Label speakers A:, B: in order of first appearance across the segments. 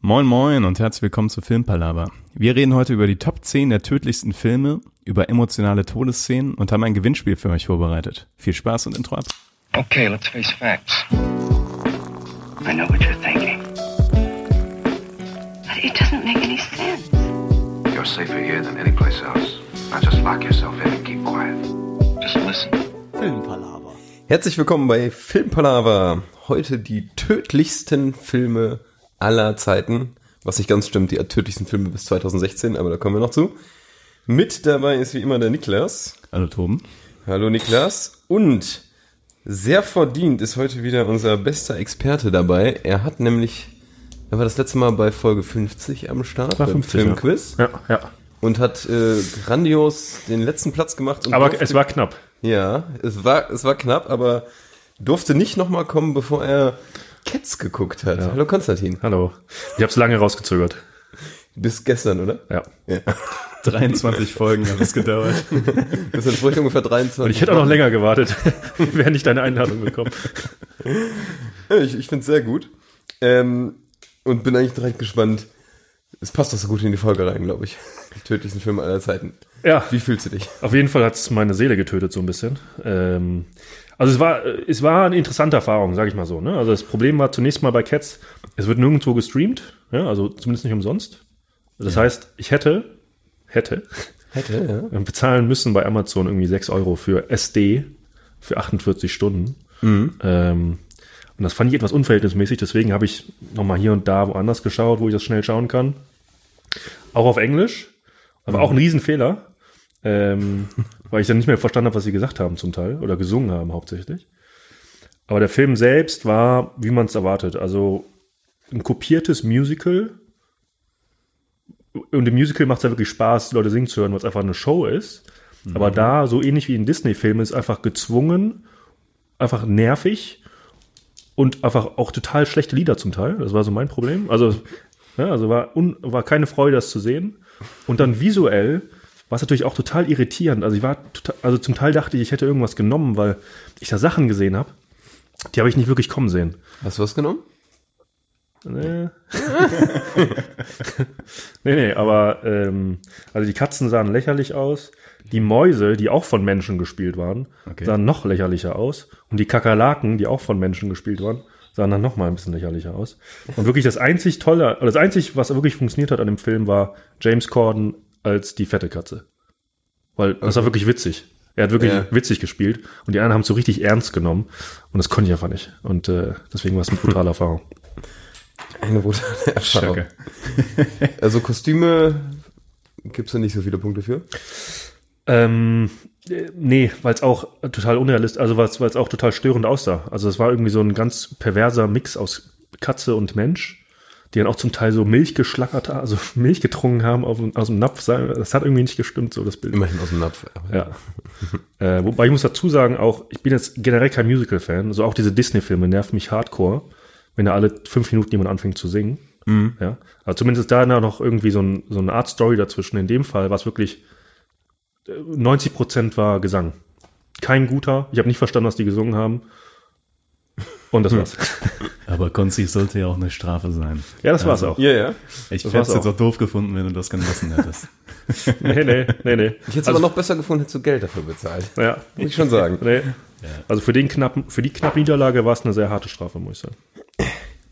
A: Moin moin und herzlich willkommen zu Filmpalava. Wir reden heute über die Top 10 der tödlichsten Filme, über emotionale Todesszenen und haben ein Gewinnspiel für euch vorbereitet. Viel Spaß und Intro ab.
B: Okay, let's face facts. I know what you're thinking.
C: But it doesn't make any sense.
D: You're safer here than anyplace else. Now just lock yourself in and keep quiet.
B: Just listen.
E: Herzlich willkommen bei Filmpalava. Heute die tödlichsten Filme aller Zeiten. Was nicht ganz stimmt, die tödlichsten Filme bis 2016, aber da kommen wir noch zu. Mit dabei ist wie immer der Niklas.
A: Hallo Toben.
E: Hallo Niklas. Und sehr verdient ist heute wieder unser bester Experte dabei. Er hat nämlich, er war das letzte Mal bei Folge 50 am Start,
A: War
E: beim
A: 50, ja.
E: Filmquiz.
F: Ja, ja.
E: Und hat äh, grandios den letzten Platz gemacht. Und
F: Aber
E: durfte-
F: es war knapp.
E: Ja, es war, es war knapp, aber durfte nicht nochmal kommen, bevor er Cats geguckt hat. Hallo Konstantin.
F: Hallo. Ich hab's lange rausgezögert.
E: Bis gestern, oder?
F: Ja.
A: 23 Folgen hat es gedauert.
E: Das sind ruhig ungefähr 23.
F: Und ich hätte auch noch länger gewartet. Wir wären nicht deine Einladung bekommen.
E: Ja, ich ich finde es sehr gut. Ähm, und bin eigentlich direkt gespannt. Es passt doch so gut in die Folge rein, glaube ich. Die tödlichsten Filme aller Zeiten.
F: Ja,
E: Wie fühlst du dich?
F: auf jeden Fall hat's meine Seele getötet, so ein bisschen. Ähm, also es war, es war eine interessante Erfahrung, sag ich mal so. Ne? Also das Problem war zunächst mal bei Cats, es wird nirgendwo gestreamt, ja? also zumindest nicht umsonst. Das heißt, ich hätte, hätte,
E: Hätte,
F: Wir haben bezahlen müssen bei Amazon irgendwie 6 Euro für SD für 48 Stunden. Ähm, und das fand ich etwas unverhältnismäßig, deswegen habe ich nochmal hier und da woanders geschaut, wo ich das schnell schauen kann. Auch auf Englisch, aber auch ein Riesenfehler, ähm, weil ich dann nicht mehr verstanden habe, was sie gesagt haben zum Teil oder gesungen haben hauptsächlich. Aber der Film selbst war, wie man es erwartet, also ein kopiertes Musical, und im Musical macht es ja wirklich Spaß, die Leute singen zu hören, weil es einfach eine Show ist. Aber da, so ähnlich wie in Disney-Filmen, ist einfach gezwungen, einfach nervig und einfach auch total schlechte Lieder zum Teil. Das war so mein Problem. Also, ja, also war, un, war keine Freude, das zu sehen. Und dann visuell war es natürlich auch total irritierend. Also, ich war total, also zum Teil dachte ich, ich hätte irgendwas genommen, weil ich da Sachen gesehen habe, die habe ich nicht wirklich kommen sehen.
E: Hast du was genommen?
F: Nee. nee, nee, aber ähm, also die Katzen sahen lächerlich aus. Die Mäuse, die auch von Menschen gespielt waren,
A: Okay.
F: sahen noch lächerlicher aus. Und die Kakerlaken, die auch von Menschen gespielt waren, sahen dann noch mal ein bisschen lächerlicher aus. Und wirklich das einzig Tolle, oder das einzig, was wirklich funktioniert hat an dem Film, war James Corden als die fette Katze. Weil das war wirklich witzig. Er hat wirklich
E: Ja.
F: witzig gespielt. Und die anderen haben es so richtig ernst genommen. Und das konnte ich einfach nicht. Und äh, deswegen war es eine brutale Erfahrung.
E: Eine brutale Erfahrung.
A: Danke.
E: Also Kostüme gibt's da nicht so viele Punkte für.
F: Ähm, äh, nee, weil es auch total unrealistisch, also weil es auch total störend aussah. Also es war irgendwie so ein ganz perverser Mix aus Katze und Mensch, die dann auch zum Teil so Milch geschlackert, ha- also Milch getrunken haben auf, aus dem Napf. Das hat irgendwie nicht gestimmt, so das Bild.
E: Immerhin aus dem Napf.
F: Ja. äh, wobei ich muss dazu sagen, auch ich bin jetzt generell kein Musical-Fan. Also auch diese Disney-Filme nerven mich hardcore, wenn da alle fünf Minuten jemand anfängt zu singen.
E: Mhm.
F: Ja. Aber zumindest ist da noch irgendwie so, ein, so eine Art Story dazwischen. In dem Fall war es wirklich äh, 90% war Gesang. Kein guter. Ich habe nicht verstanden, was die gesungen haben. Und das war's.
A: Aber Konzi sollte ja auch eine Strafe sein.
F: ja, das war's auch.
E: Ja, ja.
A: Ich
F: Das
A: hätte es
F: war's
A: jetzt
F: auch.
A: auch doof gefunden, wenn du das genossen hättest.
F: Nee, nee, nee, nee.
E: Ich hätte es aber noch besser gefunden, hättest du Geld dafür bezahlt.
F: Ja.
E: Muss ich schon sagen.
F: Nee. Also für, den knappen, für die knappe Niederlage war es eine sehr harte Strafe, muss ich sagen.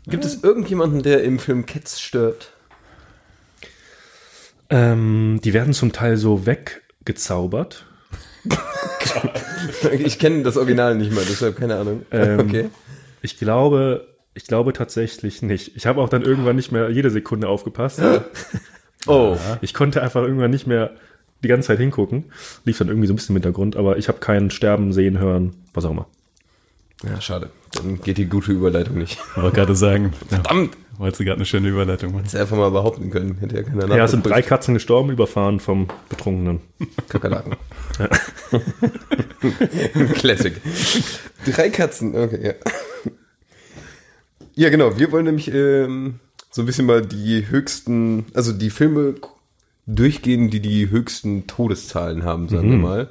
E: Gibt es irgendjemanden, der im Film Cats stirbt?
F: Ähm, die werden zum Teil so weggezaubert.
E: Ich kenne das Original nicht mal, deshalb keine Ahnung.
F: Ähm,
E: okay.
F: Ich glaube, ich glaube tatsächlich nicht. Ich habe auch dann irgendwann nicht mehr jede Sekunde aufgepasst.
E: Oh.
F: Ich konnte einfach irgendwann nicht mehr die ganze Zeit hingucken. Lief dann irgendwie so ein bisschen im Hintergrund, aber ich habe keinen Sterben, Sehen, Hören, was auch immer.
E: Ja, schade. Dann geht die gute Überleitung nicht.
A: Wollte gerade sagen, ja,
E: Verdammt!
A: wolltest du gerade eine schöne Überleitung machen.
E: Hätte einfach mal behaupten können. Hätte ja keiner
F: Ja, es sind drei
E: nachgeprüft.
F: Katzen gestorben, überfahren vom Betrunkenen.
E: Kakerlaken. Classic. Drei Katzen, okay, ja. Ja, genau. Wir wollen nämlich ähm, so ein bisschen mal die höchsten, also die Filme durchgehen, die die höchsten Todeszahlen haben, sagen wir mal.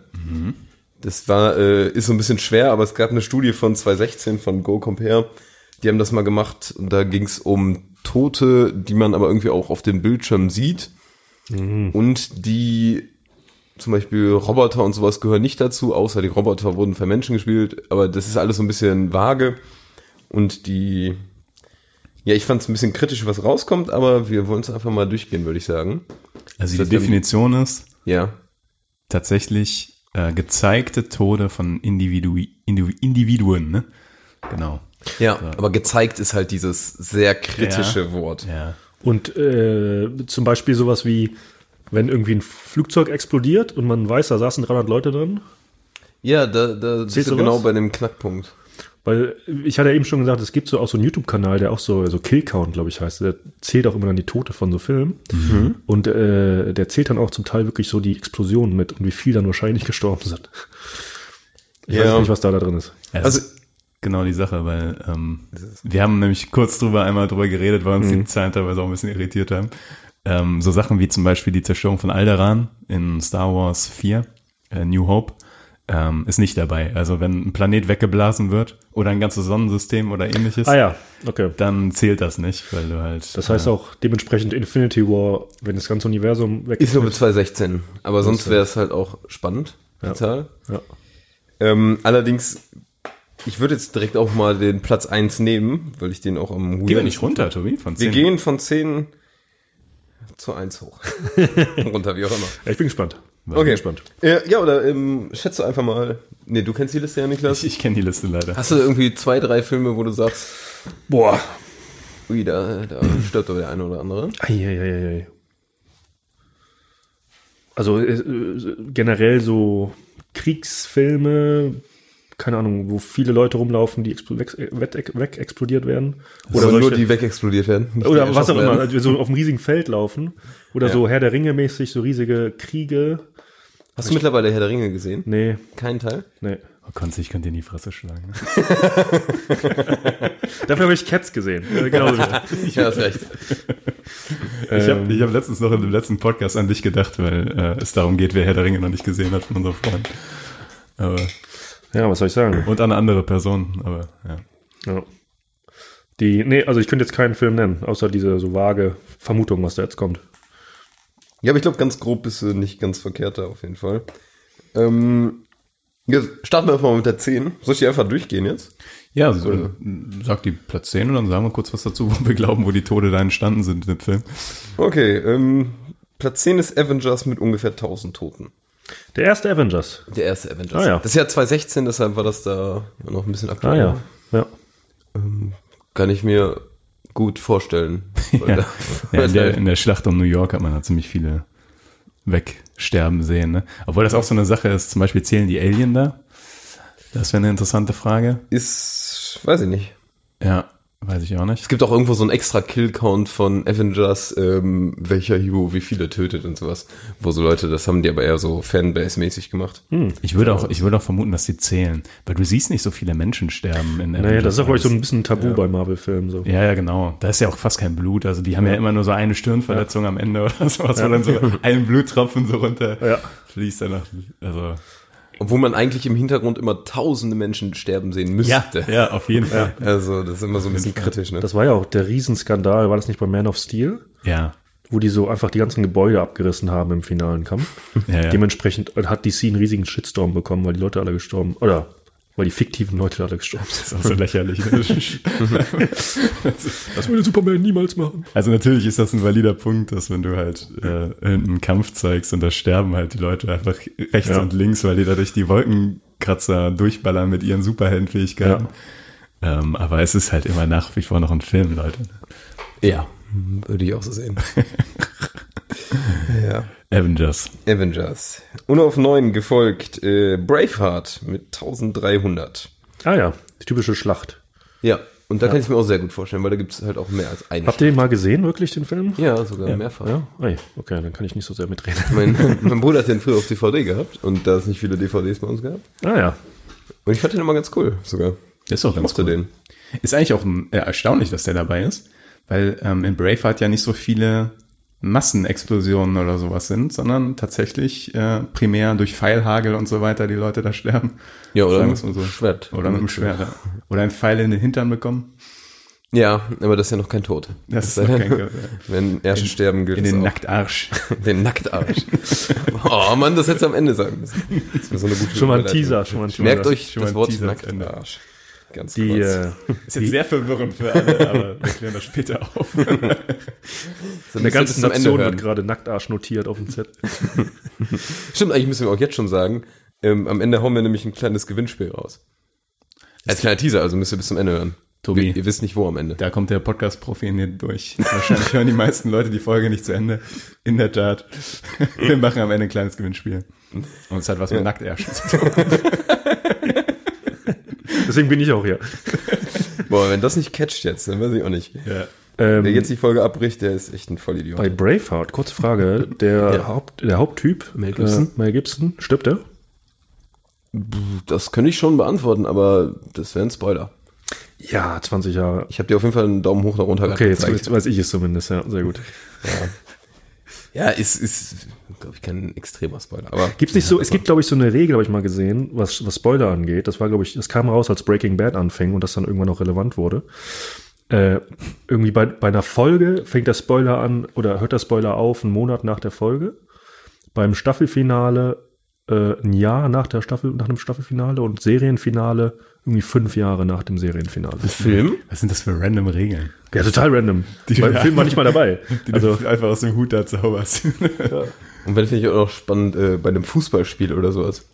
E: Das war, äh, ist so ein bisschen schwer, aber es gab eine Studie von 2016 von Go Compare. Die haben das mal gemacht und da ging es um Tote, die man aber irgendwie auch auf dem Bildschirm sieht. Und die zum Beispiel Roboter und sowas gehören nicht dazu, außer die Roboter wurden für Menschen gespielt, aber das ist alles so ein bisschen vage. Und die, ja, ich fand es ein bisschen kritisch, was rauskommt, aber wir wollen es einfach mal durchgehen, würde ich sagen.
A: Also die
E: Das ist dann-
A: Definition ist
E: Ja.
A: tatsächlich äh, gezeigte Tode von Individui Indiv Individuen, ne? Genau.
E: Ja, aber gezeigt ist halt dieses sehr kritische
A: Ja.
E: Wort.
A: Ja.
F: Und äh, zum Beispiel sowas wie, wenn irgendwie ein Flugzeug explodiert und man weiß, da saßen 300 Leute drin.
E: Ja, da, da bist
F: Siehst
E: du
F: du
E: genau
F: was?
E: bei dem Knackpunkt.
F: Weil äh, ich hatte ja eben schon gesagt, es gibt so auch so einen YouTube-Kanal, der auch so, so Killcount, glaube ich, heißt. Der zählt auch immer dann die Tote von so Filmen.
E: Mhm.
F: Und äh, der zählt dann auch zum Teil wirklich so die Explosionen mit und wie viel dann wahrscheinlich gestorben sind. Ich
E: Ja.
F: weiß nicht, was da, da drin ist.
A: Das also
E: Also-
A: ist genau die Sache, weil ähm, wir haben nämlich kurz drüber einmal drüber geredet, weil uns die Zahlen teilweise auch ein bisschen irritiert haben. Ähm, so Sachen wie zum Beispiel die Zerstörung von Alderaan in Star Wars 4, äh, New Hope, ähm, ist nicht dabei. Also wenn ein Planet weggeblasen wird oder ein ganzes Sonnensystem oder ähnliches,
F: Ah ja, okay.
A: dann zählt das nicht, weil du halt.
F: Das heißt auch dementsprechend Infinity War, wenn das ganze Universum weg
E: Ist nur mit 216, aber sonst wäre es halt auch spannend, die
F: Ja.
E: Zahl.
F: Ja.
E: Ähm, allerdings, ich würde jetzt direkt auch mal den Platz 1 nehmen, weil ich den auch am
A: gehen wir
E: weirden-
A: nicht runter, Tobi, von 10.
E: Wir gehen von 10 zu 1 hoch. Runter, wie auch immer.
F: Ich bin gespannt.
E: Okay.
F: gespannt.
E: Äh, ja, oder ähm, schätze einfach mal. Nee, du kennst die Liste ja, Niklas.
A: Ich, ich kenne die Liste leider.
E: Hast du irgendwie zwei, drei Filme, wo du sagst,
F: Boah.
E: ui, da, da stirbt aber der eine oder andere?
F: Eieieiei. Also äh, äh, generell so Kriegsfilme, keine Ahnung, wo viele Leute rumlaufen, die äh, explo- weg, weg, weg explodiert werden.
E: Oder
F: solche-
E: Also nur die wegexplodiert werden. nicht die
F: oder was auch
E: erschossen
F: immer,
E: werden.
F: also so auf einem riesigen Feld laufen. Oder so Herr der Ringe mäßig, so riesige Kriege.
E: Hast du mittlerweile Herr der Ringe gesehen?
F: Nee,
E: Keinen Teil?
F: nee.
A: Oh, Konze, ich könnte dir in die Fresse schlagen.
F: Dafür habe ich Cats gesehen. Äh, Genauso wie-
E: Ja, hast recht.
A: Ich
F: Ähm,
A: habe ich hab letztens noch in dem letzten Podcast an dich gedacht, weil äh, es darum geht, wer Herr der Ringe noch nicht gesehen hat von unserem Freund. Aber,
F: ja, was soll ich sagen?
A: und an eine andere Person, aber ja.
F: Ja. Die, nee, also ich könnte jetzt keinen Film nennen, außer diese so vage Vermutung, was da jetzt kommt.
E: Ja, aber ich glaube, ganz grob bist du nicht ganz verkehrt da auf jeden Fall. Ähm, ja, starten wir einfach mal mit der 10. Soll ich die einfach durchgehen jetzt?
A: Ja, also, sag die Platz 10 und dann sagen wir kurz was dazu, wo wir glauben, wo die Tode da entstanden sind im Film.
E: Okay, ähm, Platz 10 ist Avengers mit ungefähr 1000 Toten.
F: Der erste Avengers.
E: Der erste Avengers.
F: Ah, ja.
E: Das ist ja 2016, deshalb war das da noch ein bisschen
F: Ah
E: aktueller.
F: ja. ja.
E: Kann ich mir gut vorstellen. Weil
A: Ja.
E: da-
A: Ja, in, der, in der Schlacht um New York hat man da ziemlich viele wegsterben sehen. Ne? Obwohl das auch so eine Sache ist, zum Beispiel zählen die Alien da? Das wäre eine interessante Frage.
E: ist, weiß ich nicht.
A: Ja, weiß ich auch nicht.
E: Es gibt auch irgendwo so einen extra Kill-Count von Avengers, ähm, welcher Hero wie viele tötet und sowas. Wo so Leute, das haben die aber eher so Fanbase-mäßig gemacht.
A: Ich würde, auch, ich würde auch vermuten, dass die zählen, weil du siehst nicht so viele Menschen sterben in
F: Naja, das ist auch, glaube ich, so
A: alles.
F: ein bisschen Tabu bei Marvel-Filmen. So.
A: Ja, ja, genau. Da ist ja auch fast kein Blut. Also die haben ja, immer nur so eine Stirnverletzung am Ende oder sowas, wo dann so ein Bluttropfen so runter
F: Ja.
A: fließt danach. Also
E: Obwohl man eigentlich im Hintergrund immer tausende Menschen sterben sehen müsste.
A: ja, auf jeden Fall.
E: Also, das ist immer so ein bisschen kritisch, ne?
F: Das war ja auch der Riesenskandal, war das nicht bei Man of Steel?
A: Ja.
F: Wo die so einfach die ganzen Gebäude abgerissen haben im finalen Kampf.
A: Ja, ja.
F: Dementsprechend hat DC einen riesigen Shitstorm bekommen, weil die Leute alle gestorben, oder weil die fiktiven Leute alle gestorben sind.
A: Das ist auch so lächerlich.
F: Das würde Superman niemals machen.
A: also natürlich ist das ein valider Punkt, dass wenn du halt äh, einen Kampf zeigst und da sterben halt die Leute einfach rechts
F: Ja.
A: und links, weil die dadurch die Wolkenkratzer durchballern mit ihren Superheldenfähigkeiten. Ähm, aber es ist halt immer nach wie vor noch ein Film, Leute.
E: Ja, würde ich auch so sehen. ja.
A: Avengers.
E: Avengers. Und auf 9 gefolgt äh, Braveheart mit 1300.
F: Ah ja, die typische Schlacht.
E: Ja, und da kann ich mir auch sehr gut vorstellen, weil da gibt es halt auch mehr als eine.
F: Habt ihr den mal gesehen, wirklich, den Film?
E: ja, sogar mehrfach.
F: Ja? Ey, okay, dann kann ich nicht so sehr mitreden.
E: Mein, mein Bruder hat den früher auf DVD gehabt und da es nicht viele DVDs bei uns gab.
F: Ah ja.
E: Und ich fand den immer ganz cool sogar.
A: Ist auch
E: Ich mochte den.
A: Ist eigentlich auch äh, erstaunlich, dass der dabei ist, weil ähm, in Braveheart ja nicht so viele Massenexplosionen oder sowas sind, sondern tatsächlich äh, primär durch Pfeilhagel und so weiter die Leute da sterben.
E: Ja, oder
A: Sagen
E: mit
A: wir's mal
E: dem Schwert.
A: Oder mit dem Schwert. ja. Oder ein Pfeil in den Hintern bekommen.
E: Ja, aber das ist ja noch kein Tod.
A: Das ist
E: sei
A: noch
E: denn,
A: kein Tod,
E: Wenn erst sterben gilt
A: In
E: es
A: den
E: auch.
A: Nacktarsch.
E: Den Nacktarsch. oh Mann, das hättest du am Ende sagen müssen. Das wäre so eine gute
F: Schon mal ein
E: Überleitung.
F: Teaser, schon mal ein Teaser.
E: Merkt euch
A: schon mal
E: das
A: ein
E: Wort
A: Teaser als Ende.
E: Nacktarsch. Ganz
F: Die,
E: kurz.
F: äh,
A: Ist jetzt sehr verwirrend für alle, aber wir klären das später auf.
E: So,
F: eine
E: das
F: ganze
E: solltest du am Ende
F: Nation
E: hören.
F: wird gerade Nacktarsch notiert auf dem Zettel.
E: Stimmt, eigentlich müssen wir auch jetzt schon sagen, ähm, am Ende hauen wir nämlich ein kleines Gewinnspiel raus. Als kleiner Teaser, also müsst ihr bis zum Ende hören.
A: Tobi.
E: Ihr, ihr wisst nicht, wo am Ende.
A: Da kommt der Podcast-Profi in dir durch. Wahrscheinlich hören die meisten Leute die Folge nicht zu Ende. In der Tat. Wir machen am Ende ein kleines Gewinnspiel. Und es hat was mit Nacktärsche zu tun.
F: Deswegen bin ich auch hier.
E: Boah, wenn das nicht catcht jetzt, dann weiß ich auch nicht.
A: Ja.
F: Ähm,
E: Wer jetzt die Folge abbricht, der ist echt ein Vollidiot.
F: Bei Braveheart, kurze Frage, der, Haupt, der Haupttyp, Mel
E: Gibson?
F: äh, Mel Gibson stirbt er?
E: Das könnte ich schon beantworten, aber das wäre ein Spoiler.
F: Ja, 20 Jahre.
E: Ich habe dir auf jeden Fall einen Daumen hoch nach runter
F: Okay, jetzt,
E: gezeigt.
F: jetzt weiß ich es zumindest, ja, sehr gut.
E: Ja, ist, ist glaube ich, kein extremer Spoiler. Aber
F: Gibt's nicht so, es gibt, glaube ich, so eine Regel, habe ich mal gesehen, was, was Spoiler angeht. Das war, glaube ich, das kam raus, als Breaking Bad anfing und das dann irgendwann auch relevant wurde. Äh, irgendwie bei, bei einer Folge fängt der Spoiler an oder hört der Spoiler auf einen Monat nach der Folge. Beim Staffelfinale äh, ein Jahr nach der Staffel, nach dem Staffelfinale und Serienfinale irgendwie fünf Jahre nach dem Serienfinale.
E: Film?
A: Was sind das für random Regeln?
F: Ja, total random.
A: Die-
F: Beim Film war nicht mal dabei.
A: Die
F: Also,
A: du einfach aus dem Hut da zauberst.
E: Und wenn finde ich auch noch spannend äh, bei einem Fußballspiel oder sowas.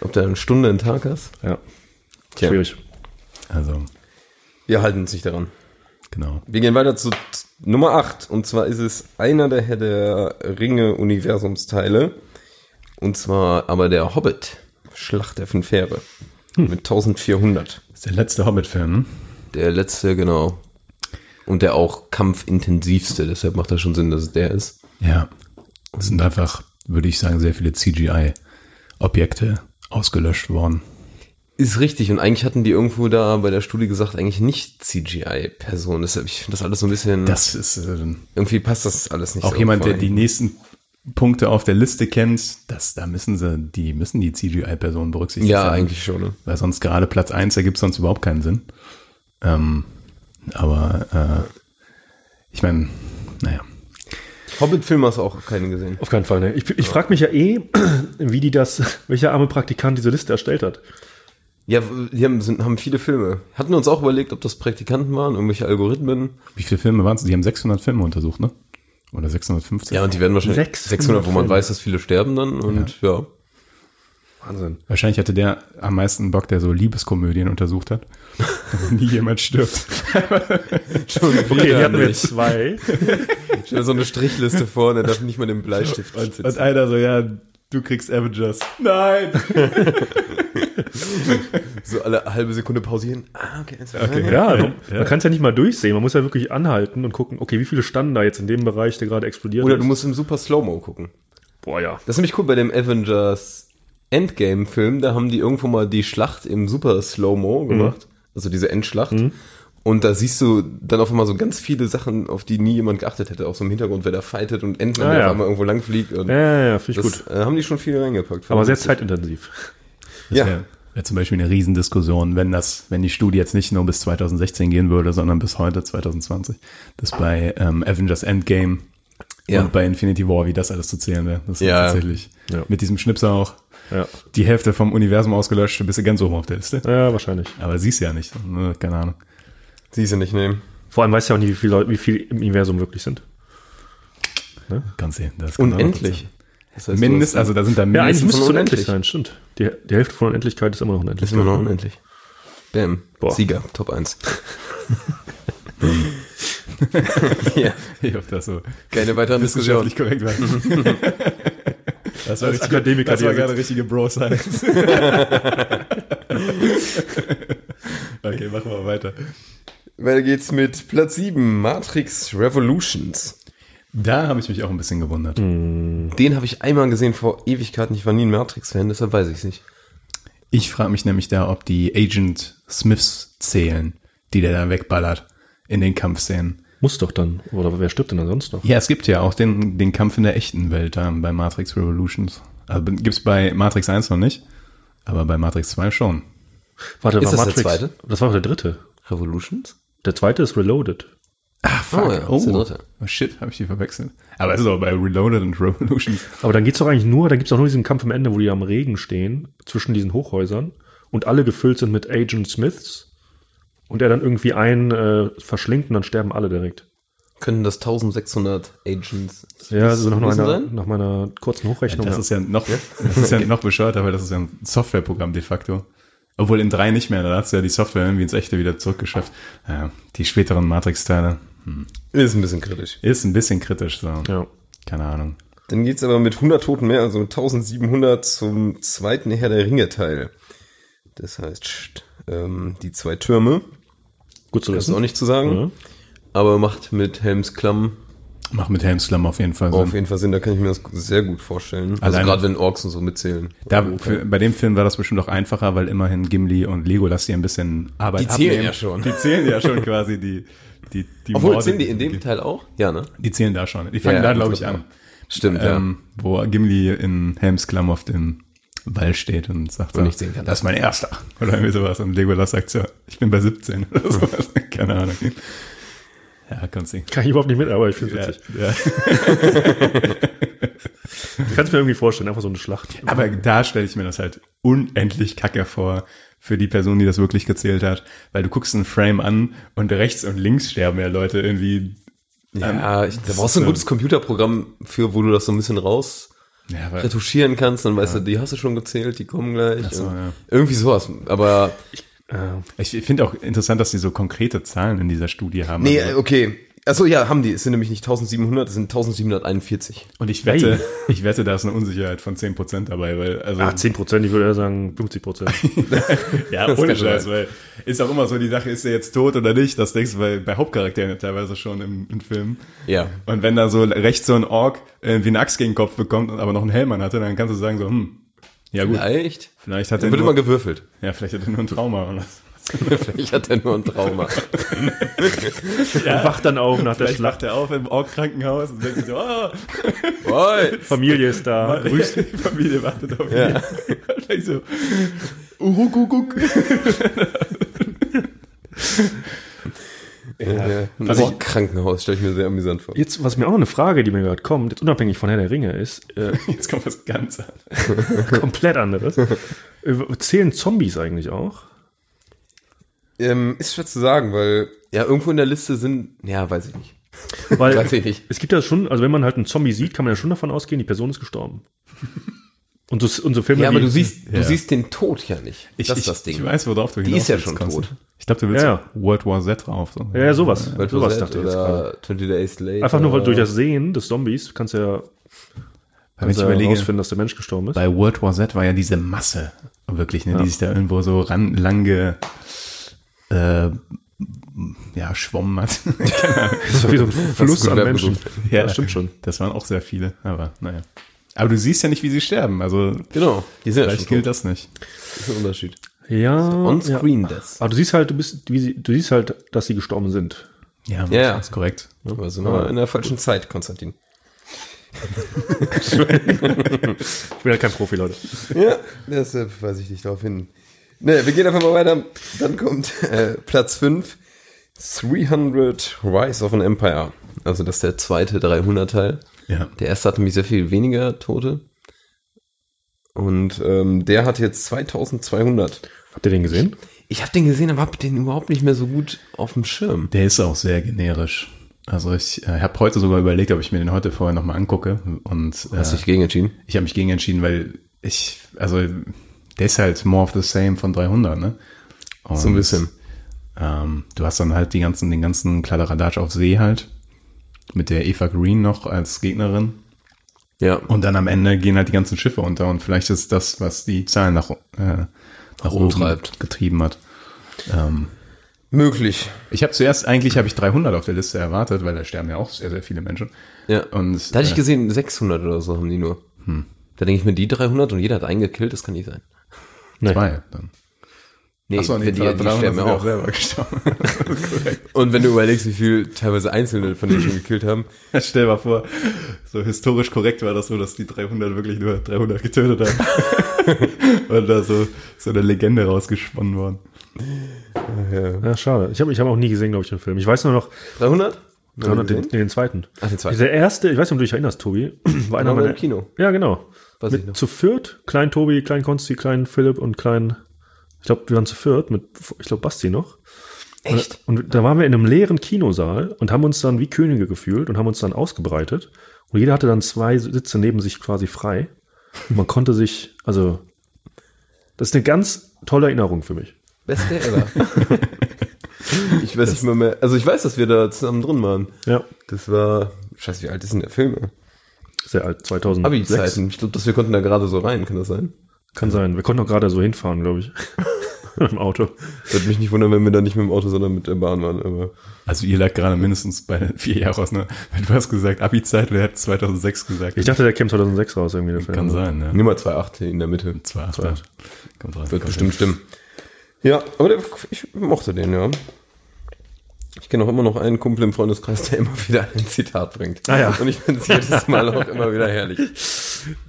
E: Ob du eine Stunde einen Tag hast?
F: ja,
E: Tja,
F: schwierig.
A: Also,
E: wir halten uns nicht daran.
A: genau.
E: Wir gehen weiter zu t- Nummer 8. Und zwar ist es einer der Herr der Ringe-Universumsteile. Und zwar aber der Hobbit. Schlacht der fünf Heere. Mit 1400.
A: Das ist der letzte Hobbit-Film. ne?
E: Der letzte, genau. Und der auch kampfintensivste. Deshalb macht das schon Sinn, dass es der ist.
A: Ja. Es sind einfach, würde ich sagen, sehr viele CGI-Objekte ausgelöscht worden.
E: Ist richtig. Und eigentlich hatten die irgendwo da bei der Studie gesagt, eigentlich nicht CGI-Person. Deshalb, ich finde das alles so ein bisschen.
A: Das ist äh,
E: irgendwie passt das alles nicht
A: auch
E: so.
A: jemand, der die
E: vorhin.
A: nächsten Punkte auf der Liste kennt. Das, da müssen sie, die müssen die CGI-Personen berücksichtigen.
E: Ja, eigentlich schon. Ne?
A: Weil sonst gerade Platz 1 ergibt sonst überhaupt keinen Sinn. Ähm, aber äh, ich meine, naja.
E: Hobbit-Film hast du auch keinen gesehen.
F: Auf keinen Fall, ne? Ich, ich frage mich ja eh, wie die das, welcher arme Praktikant diese Liste erstellt hat.
E: Ja, die haben, sind, haben viele Filme. Hatten wir uns auch überlegt, ob das Praktikanten waren, irgendwelche Algorithmen.
A: Wie viele Filme waren es? Die haben 600 Filme untersucht, ne? Oder 650?
E: Ja, und die werden wahrscheinlich
F: 600
E: 600, wo man
F: Filme.
E: weiß, dass viele sterben dann. Und ja.
F: Wahnsinn.
A: Wahrscheinlich hatte der am meisten Bock, der so Liebeskomödien untersucht hat. Dass nie jemand stirbt.
E: Schon
F: Okay,
E: wieder
F: hier hatten wir
E: nicht.
F: zwei.
E: Stell so eine Strichliste vor, und er darf nicht mal den Bleistift
A: Und
E: sitzen.
A: einer so, ja, du kriegst Avengers. Nein!
E: So alle halbe Sekunde pausieren. Ah, okay. eins, zwei, drei.
F: Ja, man, man kann es ja nicht mal durchsehen. Man muss ja wirklich anhalten und gucken, okay, wie viele standen da jetzt in dem Bereich, der gerade explodiert
E: Oder
F: ist.
E: du musst im super Slow-Mo gucken.
F: Boah, ja.
E: Das ist nämlich cool bei dem Avengers Endgame-Film, da haben die irgendwo mal die Schlacht im super
F: Mhm.
E: Slow-Mo gemacht. Also diese Endschlacht. Und da siehst du dann auf einmal so ganz viele Sachen, auf die nie jemand geachtet hätte. Auch so im Hintergrund, wer da fightet und Ant-Man,
F: Ah,
E: der
F: ja.
E: auf einmal irgendwo lang fliegt. Und
F: Ja, ja, ja finde ich
E: das
F: gut.
E: äh, haben die schon viel reingepackt.
F: Aber halt sehr
E: jetzt
F: zeitintensiv.
E: ja.
A: Wäre wär zum Beispiel eine Riesendiskussion, wenn das, wenn die Studie jetzt nicht nur bis 2016 gehen würde, sondern bis heute 2020, dass bei ähm, Avengers Endgame
E: Ja.
A: und bei Infinity War, wie das alles zu zählen wäre. Das ist
E: Ja.
A: tatsächlich
F: Ja.
A: mit diesem Schnipsel auch
F: Ja.
A: die Hälfte vom Universum ausgelöscht, dann bist du ganz oben auf der Liste.
F: ja, wahrscheinlich.
A: Aber siehst ja nicht. ne, Keine Ahnung.
E: Siehst du nicht, nehmen.
F: Vor allem weiß ja auch nicht, wie viele Leute, wie viel im Universum wirklich sind.
A: Kannst sehen. Das kann
E: Unendlich. Das
A: auch
E: heißt,
A: noch-
E: du
A: Mindest,
E: hast-
A: also da sind da
F: Ja, eigentlich
A: mindestens.
E: müsste
F: müsste
E: es
F: es unendlich
E: unendlich.
F: sein, stimmt. Die, die Hälfte von Unendlichkeit ist immer noch
E: Das
F: unendlich.
E: ist immer noch unendlich. Bam.
F: Mhm. Boah.
E: Sieger, Top 1. ja,
A: Ich hoffe, das so
E: keine weiteren Diskussionen.
A: wissenschaftlich korrekt war. Das war,
F: Als Akademiker,
A: das war
F: der
A: gerade richtige Bro-Science. okay, machen wir weiter.
E: Weiter geht's mit Platz 7, Matrix Revolutions.
A: Da habe ich mich auch ein bisschen gewundert.
E: Den habe ich einmal gesehen vor Ewigkeiten. Ich war nie ein Matrix-Fan, deshalb weiß ich es nicht.
A: Ich frage mich nämlich da, ob die Agent Smiths zählen, die der da wegballert in den Kampfszenen.
F: Muss doch dann. Oder wer stirbt denn dann sonst noch?
A: Ja, es gibt ja auch den, den Kampf in der echten Welt da bei Matrix Revolutions. Also gibt's bei Matrix 1 noch nicht, aber bei Matrix 2 schon.
F: Warte,
E: Ist
F: war
E: das
F: Matrix.
E: der zweite?
F: Das war doch der dritte.
E: Revolutions?
F: Der zweite ist Reloaded.
A: Ah, fuck.
G: Oh, ja, das ist der dritte.
A: Oh, shit, habe ich die verwechselt. Aber es ist auch bei Reloaded und Revolution.
F: Aber dann geht's doch eigentlich nur, da gibt's doch nur diesen Kampf am Ende, wo die am Regen stehen, zwischen diesen Hochhäusern und alle gefüllt sind mit Agent Smiths und er dann irgendwie einen äh, verschlingt und dann sterben alle direkt.
G: Können das 1600 Agents
F: Ja, also nach
G: müssen
F: meiner,
G: sein?
F: nach meiner kurzen Hochrechnung.
A: Das
F: ja.
A: ist ja noch, das ist ja noch bescheuerter, weil das ist ja ein Softwareprogramm de facto. Obwohl in drei nicht mehr, da hat du ja die Software irgendwie ins Echte wieder zurückgeschafft. Ja, die späteren Matrix-Teile
E: Ist ein bisschen kritisch.
A: ist ein bisschen kritisch, so.
F: ja.
A: Keine Ahnung.
E: Dann geht's aber mit 100 Toten mehr, also mit 1700 zum zweiten Herr der Ringe-Teil. Das heißt, st- ähm, die zwei Türme,
F: Gut zu
E: das ist auch
F: wissen.
E: nicht zu sagen,
F: Ja.
G: Aber macht mit Helms Klamm,
A: Mach mit Helmslamm auf jeden Fall Sinn.
E: auf jeden Fall Sinn, da kann ich mir das sehr gut vorstellen.
G: also
A: Allein-
G: gerade wenn Orks und so mitzählen.
A: Da, für, bei dem Film war das bestimmt auch einfacher, weil immerhin Gimli und Legolas dir ein bisschen Arbeit
G: Die zählen
A: abnehmen.
G: ja schon.
A: Die zählen ja schon quasi die, die, die
G: Obwohl,
A: Morde.
G: sind die in dem Teil auch? Ja, ne?
A: Die zählen da schon. Die fangen
G: Ja,
A: da,
G: ja,
A: glaube
G: das
A: ich, an.
G: Stimmt,
A: Ähm, wo Gimli in Helms Klamm auf dem Wall steht und sagt
G: Und
A: so,
G: nicht sehen kann.
A: das ist mein erster. Oder irgendwie sowas. Und Legolas sagt so, ich bin bei 17
G: Hm.
A: oder sowas. Keine Ahnung. Ja, kannst du.
F: Kann ich überhaupt nicht mit, aber ich finde
A: Ja,
F: witzig.
A: ja.
F: Ich kann es mir irgendwie vorstellen, einfach so eine Schlacht.
A: Aber da stelle ich mir das halt unendlich kacke vor für die Person, die das wirklich gezählt hat, weil du guckst einen Frame an und rechts und links sterben ja Leute irgendwie. Ähm,
G: Ja, ich, da brauchst du ein gutes Computerprogramm für, wo du das so ein bisschen raus
A: Ja, aber,
G: retuschieren kannst, dann weißt du, die hast du schon gezählt, die kommen gleich.
A: so,
G: Und
A: ja.
G: Irgendwie sowas. Aber
F: Äh,
A: ich finde auch interessant, dass sie so konkrete Zahlen in dieser Studie haben.
G: nee, äh,
A: Also-
G: okay. Achso, ja, haben die. Es sind nämlich nicht 1700, es sind 1741.
A: und ich wette, ich wette, da ist eine Unsicherheit von 10% dabei, weil, also,
F: ah, 10 Prozent, ich würde eher sagen 50 Prozent.
A: ja,
G: das
A: ohne
G: kann
A: Scheiß,
G: sein.
A: weil, ist auch immer so die Sache, ist er jetzt tot oder nicht, das denkst du bei, bei Hauptcharakteren ja teilweise schon im, im Film.
G: Ja.
A: Und wenn da so rechts so ein Ork irgendwie eine Axt gegen den Kopf bekommt und aber noch einen Helm an hatte, dann kannst du sagen so, hm, ja gut,
G: Vielleicht.
A: vielleicht hat er
G: Dann wird
A: nur,
G: immer gewürfelt.
A: ja, vielleicht hat er nur ein Trauma. oder so.
G: Vielleicht hat er nur ein Trauma.
F: Und wacht dann auf nach der
A: Vielleicht lacht
F: Schlacht.
A: er auf im Ork-Krankenhaus und denkt sich so, oh,
G: Boy.
F: Familie ist da.
A: grüß die Familie wartet auf ihn.
G: Ja.
A: Vielleicht so, uhukukuk.
E: Ja.
A: Was ich-
E: Oh, Krankenhaus stelle ich mir sehr amüsant vor.
F: Jetzt, was mir auch noch eine Frage, die mir gerade kommt, jetzt unabhängig von Herr der Ringe, ist äh,
A: Jetzt kommt was ganz anderes.
F: komplett anderes. Äh, Zählen Zombies eigentlich auch?
E: Ähm, ist schwer zu sagen, weil
G: Ja, irgendwo in der Liste sind. Ja, weiß ich nicht.
F: Weil
G: Weiß ich nicht.
F: es gibt ja schon, also wenn man halt einen Zombie sieht, kann man ja schon davon ausgehen, die Person ist gestorben. Und so, und so Filme
G: Ja, aber
F: wie-
G: du siehst,
A: Ja.
G: du siehst den Tod ja nicht.
A: Ich,
G: das
A: ich-
G: ist das Ding.
A: Ich weiß, worauf du
G: ist ja
A: willst,
G: schon
A: Konstantin.
G: tot.
A: Ich dachte, du willst
F: Ja,
A: World War Z drauf. So.
F: Ja, ja, sowas.
G: World War
F: sowas
G: Z
F: dachte ich jetzt gerade.
G: oder äh, 20 Days Later.
F: Einfach nur, weil durch das Sehen des Zombies kannst du ja,
A: Wenn ich
F: kannst du ja
A: überlege,
F: rausfinden, dass der Mensch gestorben ist.
A: bei World War Z war ja diese Masse wirklich, ne, die sich da irgendwo so ran, lang ge, äh, ja, schwommen hat.
F: Das ist doch wie so ein Fluss
G: gut
F: an
G: Werbung.
F: Menschen.
A: ja,
F: das stimmt schon.
A: Das waren auch sehr viele, aber naja. Aber du siehst ja nicht, wie sie sterben, also
G: Genau. Die sind ja
A: vielleicht
G: schon
A: gilt
G: tot.
A: das nicht.
G: Das ist ein Unterschied.
F: Ja.
G: On screen
F: ja.
G: das.
F: Aber du siehst halt, du bist, wie sie, du siehst halt, dass sie gestorben sind.
A: Ja,
G: Ja, ja.
A: ist korrekt.
G: Aber sind
E: aber
G: wir
E: in der falschen Zeit, Konstantin.
F: Ich bin ja kein Profi, Leute.
E: Ja, deshalb weise ich dich darauf hin. Naja, wir gehen einfach mal weiter. Dann kommt äh, Platz 5, 300 Rise of an Empire.
G: Also das ist der zweite 300-Teil.
A: Ja.
G: Der erste hatte nämlich sehr viel weniger Tote.
E: Und ähm, der hat jetzt 2200.
F: Habt ihr den gesehen?
G: Ich habe den gesehen, aber habe den überhaupt nicht mehr so gut auf dem Schirm.
A: Der ist auch sehr generisch. Also ich äh, habe heute sogar überlegt, ob ich mir den heute vorher nochmal angucke und äh,
G: Hast du dich gegen entschieden?
A: ich habe mich gegen entschieden, weil ich, also der ist halt more of the same von 300, ne? Und,
G: So ein bisschen.
A: Ähm, du hast dann halt die ganzen, den ganzen Kladderadatsch auf See halt. Mit der Eva Green noch als Gegnerin.
G: Ja.
A: Und dann am Ende gehen halt die ganzen Schiffe unter. Und vielleicht ist das, was die Zahlen nach, äh, nach, oben
G: treibt.
A: getrieben hat.
E: Möglich.
A: Ich habe zuerst, eigentlich habe ich 300 auf der Liste erwartet, weil da sterben ja auch sehr, sehr viele Menschen.
G: ja.
A: Und
G: da hatte ich
A: äh,
G: gesehen, 600 oder so haben die nur. Da denke ich mir, die 300 und jeder hat einen gekillt, das kann nicht sein.
A: zwei dann.
G: Nee,
A: Achso, nee,
G: die, die, die sterben ja
A: sind auch
G: auch.
A: selber gestorben.
G: Und wenn du überlegst, wie viel teilweise Einzelne von denen schon gekillt haben.
A: Stell mal vor, so historisch korrekt war das so, dass die 300 wirklich nur 300 getötet haben. Und da so, so eine Legende rausgesponnen worden.
F: Ja, schade. Ich habe ich hab auch nie gesehen, glaube ich, den Film. Ich weiß nur noch,
E: 300? Haben wir
F: 300, den,
E: gesehen?
F: den zweiten.
G: Ach, den zweiten.
F: Der erste, ich weiß nicht, ob du dich erinnerst, Tobi, war einer
E: Waren wir
F: meiner...
E: im Kino?
F: Ja, genau.
G: Weiß ich noch.
F: Mit, zu viert, klein Tobi, klein Konsti, klein Philipp und klein... Ich glaube, wir waren zu viert mit, ich glaube, Basti noch. Echt? Und, und da waren wir in einem leeren Kinosaal und haben uns dann wie Könige gefühlt und haben uns dann ausgebreitet. Und jeder hatte dann zwei Sitze neben sich quasi frei. Und man konnte sich, also... Das ist eine ganz tolle Erinnerung für mich.
G: Beste ever.
E: Ich weiß nicht mehr mehr. Also ich weiß, dass wir da zusammen drin waren.
F: Ja,
E: Das war. Scheiße, wie alt ist denn der Film?
F: sehr alt, 2006.
E: Abi-Zeiten. Ich glaube, dass wir konnten da gerade so rein, kann das sein?
F: Kann sein. Wir konnten auch gerade so hinfahren, glaube ich. Im Auto.
E: Würde mich nicht wundern, wenn wir da nicht mit dem Auto, sondern mit der Bahn waren, aber.
A: Also ihr lag gerade mindestens bei vier Jahren aus, ne? Wenn du hast gesagt, Abi-Zeit, wer hat 2006 gesagt?
F: Ich dachte, der käme 2006 raus irgendwie. Der Film.
A: Kann sein, ne?
E: Nimm mal 2,8 in der Mitte.
A: Zwei, acht, acht. Kommt rein.
E: Wird bestimmt stimmen. Ja, aber der, ich mochte den, ja. Ich kenne auch immer noch einen Kumpel im Freundeskreis, der immer wieder ein Zitat bringt.
F: Ah ja.
E: Und ich finde es jedes Mal auch immer wieder herrlich.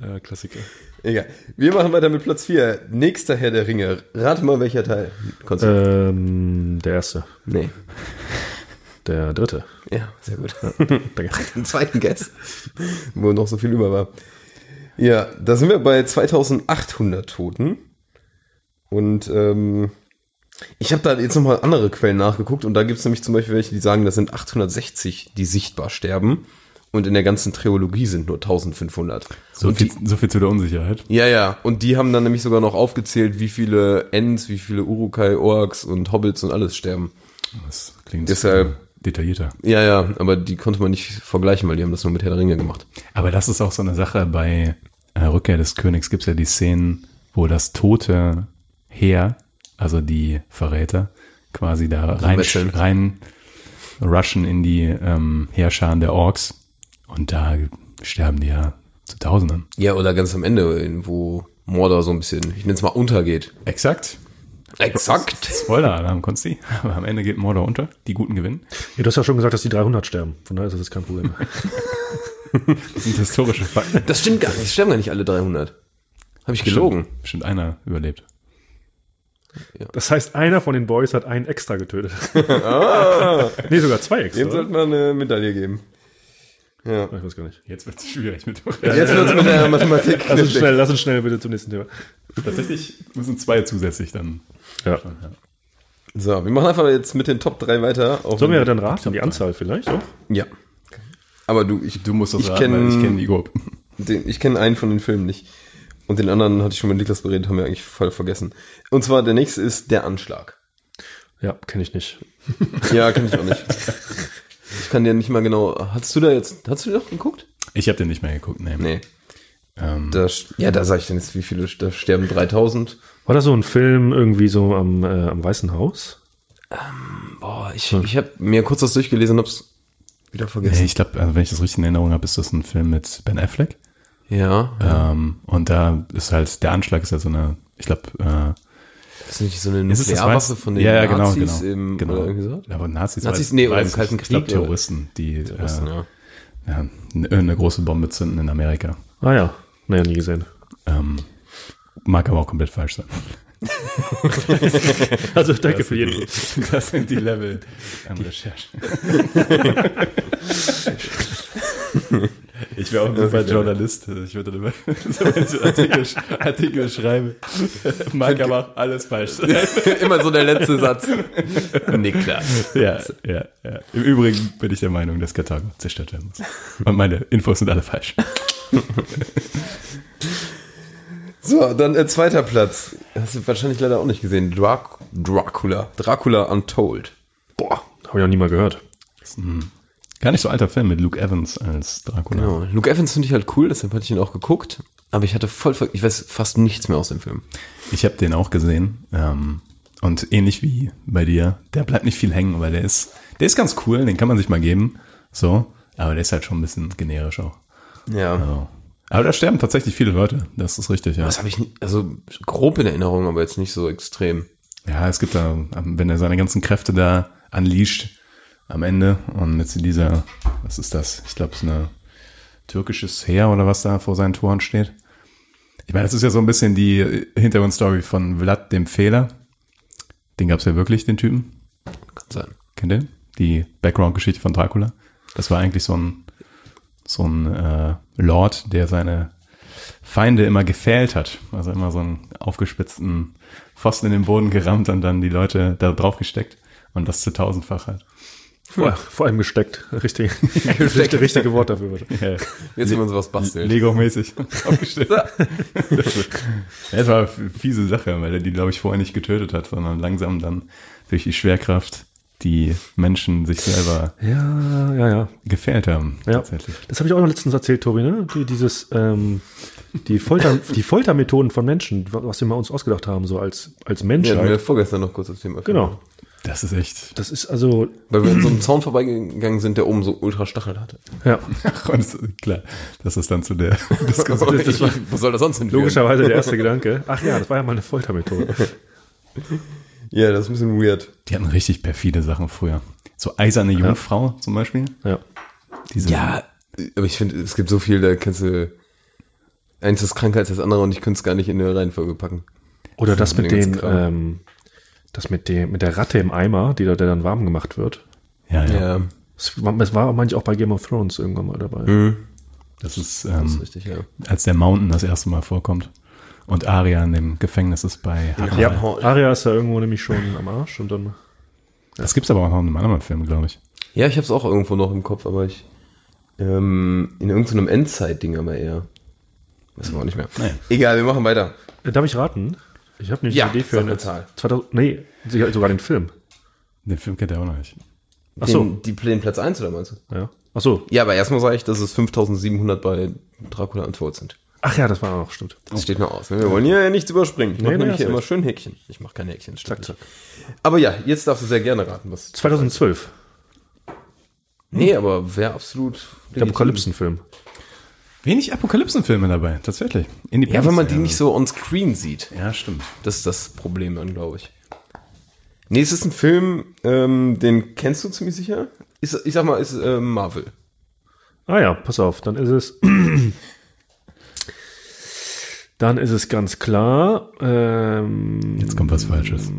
F: Ja, Klassiker.
E: Egal. Wir machen weiter mit Platz 4. Nächster Herr der Ringe. Rate mal, welcher Teil. Konstantin.
F: Äh, Ähm, der erste.
E: Nee.
F: Der dritte.
E: Ja, sehr gut.
F: Danke.
E: Den zweiten Guest. Wo noch so viel über war. Ja, da sind wir bei 2800 Toten. Und ähm, ich habe da jetzt nochmal andere Quellen nachgeguckt. Und da gibt es nämlich zum Beispiel welche, die sagen, das sind 860, die sichtbar sterben. Und in der ganzen Trilogie sind nur 1500.
A: So
E: und
A: viel,
E: die-
A: so viel zu der Unsicherheit.
E: ja, ja. Und die haben dann nämlich sogar noch aufgezählt, wie viele Ents, wie viele Urukai, Orks und Hobbits und alles sterben.
A: Das klingt
E: Deshalb-
A: äh, detaillierter.
E: Ja, ja, aber die konnte man nicht vergleichen, weil die haben das nur mit Herr der Ringe gemacht.
A: Aber das ist auch so eine Sache bei äh, Rückkehr des Königs gibt es ja die Szenen, wo das tote Heer, also die Verräter, quasi da rein,
E: Wesseln.
A: rein rushen in die ähm, Heerscharen der Orks und da sterben die ja zu Tausenden.
E: Ja, oder ganz am Ende, wo Mordor so ein bisschen, ich nenn's mal, untergeht.
A: Exakt.
E: Exakt.
A: Spoiler-Alarm, Konsti. Aber am Ende geht Mordor unter. Die Guten gewinnen.
F: Ja, du hast ja schon gesagt, dass die 300 sterben. Von daher ist das jetzt kein Problem.
A: Das sind historische Fakten.
E: Das stimmt gar nicht. Es sterben gar nicht alle 300. Habe ich gelogen.
A: Bestimmt, bestimmt einer überlebt.
F: Das heißt, einer von den Boys hat einen extra getötet. Ah. Nee, sogar zwei extra. oder?
E: man eine Medaille geben. Ja.
F: Ich weiß gar nicht.
A: Jetzt wird es schwierig mit
E: Jetzt wird's mit der Mathematik.
F: Lass uns, Also schnell, lass uns schnell bitte zum nächsten Thema.
A: Tatsächlich müssen zwei zusätzlich dann.
F: Ja.
E: So, wir machen einfach jetzt mit den Top 3 weiter. Auch
F: Sollen wir
E: wenn-
F: dann raten? Die Anzahl vielleicht? Auch?
E: Ja. Aber du, ich,
A: Du musst das
E: Ich
A: raten,
E: kenn-
A: weil ich kenne die Gruppe.
E: den, ich kenne einen von den Filmen nicht. Und den anderen hatte ich schon mit Niklas beredet, haben wir eigentlich voll vergessen. Und zwar der nächste ist Der Anschlag.
F: Ja, kenne ich nicht.
E: Ja, kenne ich auch nicht. Ich kann dir nicht mal genau. Hast du da jetzt. Hast du den noch geguckt?
A: Ich habe den nicht mehr geguckt, nee.
E: Nee.
A: Ähm,
E: Da, sch- ja, da sag ich dann jetzt, wie viele, da sterben 3000.
F: War das so ein Film irgendwie so am, äh, am Weißen Haus?
E: Boah, ich, ich habe mir kurz das durchgelesen und hab's wieder
A: nee,
E: vergessen.
A: ich glaube, also wenn ich das richtig in Erinnerung habe, ist das ein Film mit Ben Affleck.
E: Ja,
A: Ähm, und da ist halt, der Anschlag ist ja so eine, ich glaube,
E: ist nicht so eine
A: äh, ist es das
E: Nuklearwaffe
A: Weiß-
E: von den
A: ja, ja, genau,
E: Nazis
A: genau,
E: im,
A: genau.
E: oder irgendwie so?
A: Aber Nazis,
E: Nazis,
A: weiß-
E: nee, oder
A: weiß
E: im
A: ich,
E: Kalten
A: Ich glaube,
E: Krieg, oder?
A: Terroristen, die
E: Russen,
A: äh,
E: ja.
A: ja, eine, eine große Bombe zünden in Amerika.
F: Ah ja, naja, nie gesehen.
A: Ähm, mag aber auch komplett falsch sein.
F: Also danke für jeden.
A: Das sind die Level an Recherche. Ich wäre auch ein super Journalist. Ich würde dann immer so manche Artikel, sch- Artikel schreiben. Mag aber auch alles falsch sein.
E: Immer so der letzte Satz. Niklas.
A: Ja, ja, ja. Im Übrigen bin ich der Meinung, dass Karthago zerstört werden muss. Und meine Infos sind alle falsch.
E: So, dann äh, zweiter Platz. Hast du wahrscheinlich leider auch nicht gesehen. Drac Dracula. Dracula Untold.
F: Boah, habe ich noch nie mal gehört.
A: Gar nicht so alter Film mit Luke Evans als Dracula.
E: Genau. Luke Evans finde ich halt cool, deshalb hatte ich ihn auch geguckt. Aber ich hatte voll, ver- ich weiß fast nichts mehr aus dem Film.
A: Ich habe den auch gesehen. Ähm, und ähnlich wie bei dir, der bleibt nicht viel hängen, weil der ist, der ist ganz cool, den kann man sich mal geben. So, aber der ist halt schon ein bisschen generisch auch.
E: Ja.
A: So. Aber da sterben tatsächlich viele Leute, das ist richtig, ja.
E: Das habe ich, nie- also grob in Erinnerung, aber jetzt nicht so extrem.
A: Ja, es gibt da, ähm, wenn er seine ganzen Kräfte da unleasht am Ende und mit dieser, was ist das? Ich glaube, es ist eine türkisches Heer oder was da vor seinen Toren steht. Ich meine, das ist ja so ein bisschen die Hintergrundstory von Vlad dem Fehler. Den gab's ja wirklich, den Typen.
E: Kann sein.
A: Kennt ihr den? Die Background-Geschichte von Dracula. Das war eigentlich so ein, so ein äh, Lord, der seine Feinde immer gefählt hat. Also immer so einen aufgespitzten Pfosten in den Boden gerammt und dann die Leute da drauf gesteckt. Und das zu tausendfach halt.
F: Vor, vor allem gesteckt. Richtig. Richtige, richtige Wort dafür. wahrscheinlich.
A: Ja.
E: Jetzt will man sowas basteln.
A: Lego-mäßig aufgestellt. das war eine fiese Sache, weil er die, glaube ich, vorher nicht getötet hat, sondern langsam dann durch die Schwerkraft die Menschen sich selber
F: Ja, ja, ja.
A: gefährt haben.
F: Ja.
A: Tatsächlich.
F: Das habe ich auch noch letztens erzählt, Tobi, ne? Die, dieses, ähm, die, Folter, die Foltermethoden von Menschen, was wir mal uns ausgedacht haben, so als, als
E: Ja,
F: Menschheit.
E: wir vorgestern noch kurz das Thema.
F: genau.
A: Das ist echt.
F: Das ist also,
E: Weil wir an so einem Zaun vorbeigegangen sind, der oben so ultra Stachel hatte.
F: ja,
A: Ach, und das, klar, dass das dann zu der Diskussion.
E: Ich- was soll das sonst hinführen?
F: logischerweise der erste Gedanke. Ach ja, das war ja mal eine Foltermethode.
H: Ja, das ist ein bisschen weird.
A: Die hatten richtig perfide Sachen früher. So eiserne Jungfrau zum Beispiel.
F: Ja.
A: Diese,
E: Ja, aber ich finde, es gibt so viel, da kannst du. Eins ist kranker als das andere und ich könnte es gar nicht in eine Reihenfolge packen.
F: Oder das mit
E: ist ganz
F: den,
E: klar.
F: ähm, das mit dem, mit der Ratte im Eimer, die da, der dann warm gemacht wird.
A: Ja, ja,
E: Ja,
F: Es war, es war manchmal auch bei Game of Thrones irgendwann mal dabei.
A: Das ist, ähm,
E: richtig, ja.
A: als der Mountain das erste Mal vorkommt. Und Aria in dem Gefängnis ist bei Harald.
F: Ja, Aria ist da irgendwo nämlich schon am Arsch und dann.
A: Das gibt's aber auch noch in einem anderen Film, glaube ich.
E: Ja, ich habe es auch irgendwo noch im Kopf, aber ich. Ähm, in irgendeinem Endzeit-Ding aber eher. Wissen wir auch nicht mehr. Egal, wir machen weiter.
F: Äh, Darf ich raten? Ich habe nämlich
E: Ja,
F: eine Idee für
E: sag
F: eine
E: eine Zahl.
F: 2000, nee, sicher- sogar den Film.
A: Den Film kennt er auch noch nicht.
F: Ach so,
E: Den, die den Platz 1 oder meinst du?
F: ja. Ach so.
E: Ja, aber erstmal sage ich, dass es 5700 bei Dracula Untold sind.
F: Ach ja, das war auch stimmt.
E: Das steht noch aus. Ne? Wir wollen hier ja nichts überspringen. Ich mache
F: nee,
E: nämlich
F: hast
E: hier immer
F: recht.
E: schön Häkchen. Ich mache keine Häkchen. stimmt
F: Zack, zack.
E: nicht. Aber ja, jetzt darfst du sehr gerne raten. Was
F: 2012, Hm.
E: Nee, aber wäre absolut.
F: der Apokalypsenfilm.
A: Wenig Apokalypsenfilme dabei, tatsächlich. Independence
E: Ja, wenn man
A: Day,
E: die nicht
A: also.
E: so on screen sieht.
A: Ja, stimmt.
E: Das ist das Problem dann, glaube ich.
H: Nee, es ist ein Film, ähm, den kennst du ziemlich sicher.
E: Ist, ich sag mal, ist äh, Marvel.
F: Ah ja, pass auf, dann ist es. Dann ist es ganz klar. Ähm,
A: Jetzt kommt was Falsches.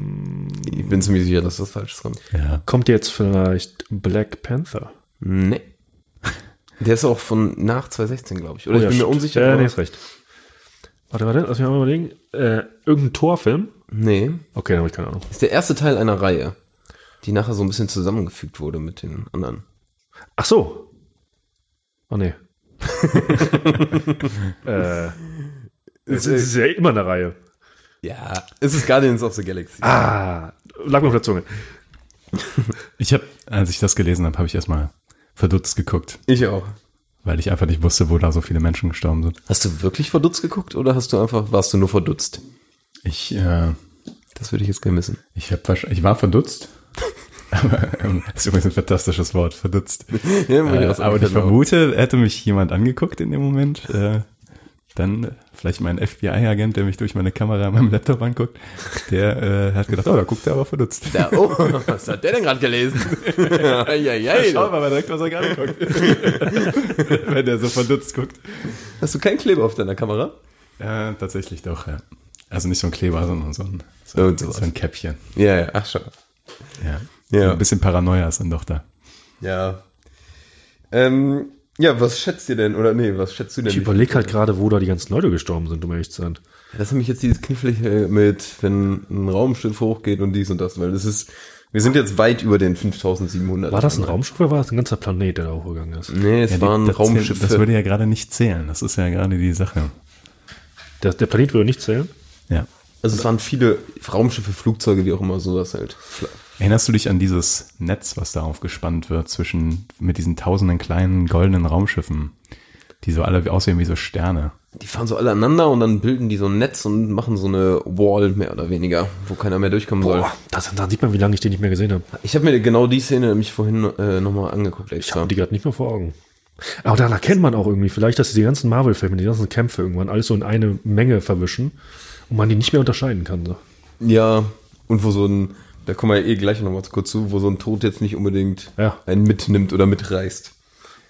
E: Ich bin ziemlich sicher, dass das falsch kommt.
A: Ja.
F: kommt jetzt vielleicht Black Panther?
E: Nee. Der ist auch von nach 2016, glaube ich. Oder
F: Oh
E: ich
F: ja,
E: bin mir
F: stimmt.
E: unsicher.
F: Ja,
E: aber-
F: nee, ist recht. Warte, warte, lass mich mal überlegen. Äh, irgendein Torfilm?
E: nee,
F: Okay, dann habe ich keine Ahnung.
E: ist der erste Teil einer Reihe, die nachher so ein bisschen zusammengefügt wurde mit den anderen.
F: Ach so. Oh nee. äh, es ist ja immer eine Reihe.
E: Ja. Es ist Guardians of the Galaxy.
F: Ah, lag mir auf der Zunge.
A: Ich habe, als ich das gelesen habe, habe ich erstmal verdutzt geguckt,
E: Ich auch.
A: weil ich einfach nicht wusste, wo da so viele Menschen gestorben sind.
E: Hast du wirklich verdutzt geguckt oder hast du einfach, warst du nur verdutzt?
A: Ich, äh,
E: Das würde ich jetzt gerne wissen.
A: ich hab wahrsch- ich war verdutzt. aber, ähm, das ist übrigens ein fantastisches Wort, verdutzt.
E: Ja,
A: Äh, aber ich vermute, hätte mich jemand angeguckt in dem Moment, äh, dann äh, vielleicht mein FBI-Agent, der mich durch meine Kamera an meinem Laptop anguckt, der äh, hat gedacht, oh, da guckt er aber verdutzt.
E: Ja, oh, was hat der denn gerade gelesen? Eieiei,
A: Schau
E: du.
A: mal direkt, was er gerade guckt. Wenn der so verdutzt guckt.
E: Hast du keinen Kleber auf deiner Kamera?
A: Ja, tatsächlich doch, ja. Also nicht so ein Kleber, sondern so ein, so,
E: Irgend
A: so
E: sowas.
A: ein Käppchen.
E: Ja, ja, ach schon.
A: Ja.
H: Ja.
A: Ein bisschen Paranoia ist dann doch da.
H: Ja. Ähm, ja, was schätzt ihr denn? Oder nee, was schätzt du denn?
F: Ich überlege halt gerade, wo da die ganzen Leute gestorben sind, um ehrlich zu sein.
E: Das ist nämlich jetzt dieses Knifflige mit, wenn ein Raumschiff hochgeht und dies und das, weil das ist, wir sind jetzt weit über den 5700.
F: War das ein Raumschiff oder war das ein ganzer Planet, der da hochgegangen ist?
E: Nee, es
A: Ja, die-
E: war ein
A: das-
E: Raumschiff.
A: Das würde ja gerade nicht zählen. Das ist ja gerade die Sache.
F: Der, der Planet würde nicht zählen?
A: Ja.
E: also es waren viele Raumschiffe, Flugzeuge, wie auch immer, sowas halt.
A: Erinnerst du dich an dieses Netz, was da aufgespannt wird zwischen, mit diesen tausenden kleinen goldenen Raumschiffen, die so alle aussehen wie so Sterne?
E: Die fahren so alle aneinander und dann bilden die so ein Netz und machen so eine Wall mehr oder weniger, wo keiner mehr durchkommen soll.
F: Boah, das, dann sieht man, wie lange ich den nicht mehr gesehen habe.
E: Ich habe mir genau die Szene nämlich vorhin äh, nochmal angeguckt.
F: Ich
E: Extra.
F: habe die gerade nicht mehr vor Augen. Aber daran erkennt man auch irgendwie vielleicht, dass die ganzen Marvel-Filme, die ganzen Kämpfe irgendwann alles so in eine Menge verwischen und man die nicht mehr unterscheiden kann. So.
E: Ja, und wo so ein, da kommen wir ja eh gleich nochmal kurz zu, wo so ein Tod jetzt nicht unbedingt
F: Ja.
E: einen mitnimmt oder mitreißt.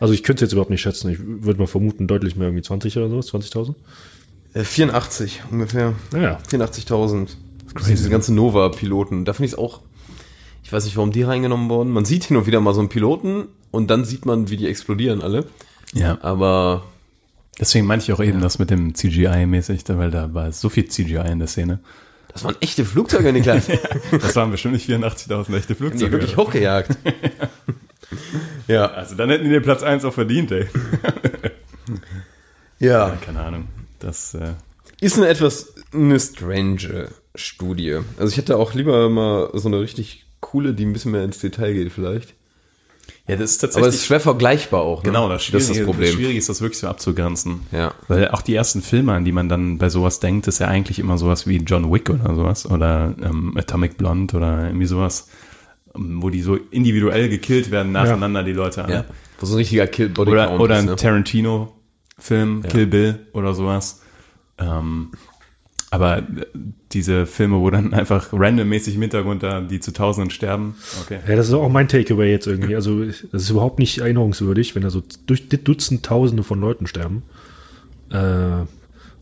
F: Also ich könnte es jetzt überhaupt nicht schätzen. Ich würde mal vermuten, deutlich mehr, irgendwie 20 oder so, 20.000.
E: Äh, 84 ungefähr.
F: Ja.
E: 84.000.
A: crazy,
E: Diese
A: ne?
E: ganzen Nova-Piloten. Da finde ich es auch. Ich weiß nicht, warum die reingenommen wurden. Man sieht hin und wieder mal so einen Piloten und dann sieht man, wie die explodieren alle.
A: Ja.
E: Aber
A: Deswegen meinte ich auch eben das mit dem CGI mäßig, da- weil da war so viel CGI in der Szene.
E: das waren echte Flugzeuge, Niklas.
A: Das waren bestimmt nicht 84.000 echte
E: Haben die
A: Flugzeuge.
E: wirklich hochgejagt. ja.
A: also dann hätten die den Platz 1 auch verdient, ey.
E: Ja.
A: Keine Ahnung. Das, äh,
E: Ist eine etwas eine strange Studie. Also ich hätte auch lieber mal so eine richtig coole, die ein bisschen mehr ins Detail geht vielleicht.
A: ja, das ist
E: Aber
A: tatsächlich...
E: es ist schwer vergleichbar auch. Ne?
A: Genau, das,
E: das ist das Problem.
A: Schwierig ist das wirklich so abzugrenzen.
E: Ja.
A: Weil auch die ersten Filme, an die man dann bei sowas denkt, ist ja eigentlich immer sowas wie John Wick oder sowas oder ähm, Atomic Blonde oder irgendwie sowas, ähm, wo die so individuell gekillt werden, nacheinander die Leute alle.
E: Ja. Wo so ein richtiger Kill Body
A: Oder,
E: Count
A: oder
E: ist,
A: ein
E: ne?
A: Tarantino-Film, Kill Bill oder sowas. Ähm, aber diese Filme, wo dann einfach randommäßig im Hintergrund da die zu Tausenden sterben. Okay.
F: Ja, das ist auch mein Takeaway jetzt irgendwie. Also, das ist überhaupt nicht erinnerungswürdig, wenn da so durch Dutzend Tausende von Leuten sterben. Äh,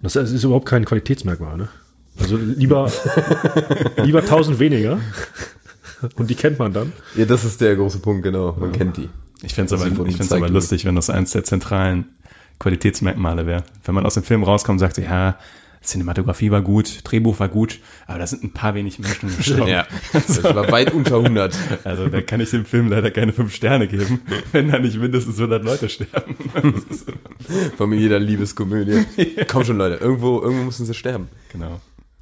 F: das ist ist überhaupt kein Qualitätsmerkmal, ne? Also lieber, lieber tausend weniger. Und die kennt man dann.
E: Ja, das ist der große Punkt, genau. Man kennt die.
A: Ich fände es
E: Sie
A: aber,
E: wurden
A: ich find's aber
E: gezeigt.
A: lustig, wenn das eins der zentralen Qualitätsmerkmale wäre. Wenn man aus dem Film rauskommt und sagt, ja, Cinematografie war gut, Drehbuch war gut, aber da sind ein paar wenig Menschen gestorben.
E: Ja. Das war weit unter 100.
A: Also da kann ich dem Film leider keine fünf Sterne geben, wenn da nicht mindestens 100 Leute sterben. Das ist-
E: Von mir jeder Liebeskomödie. Komm schon, Leute. Irgendwo, irgendwo müssen sie sterben.
A: genau.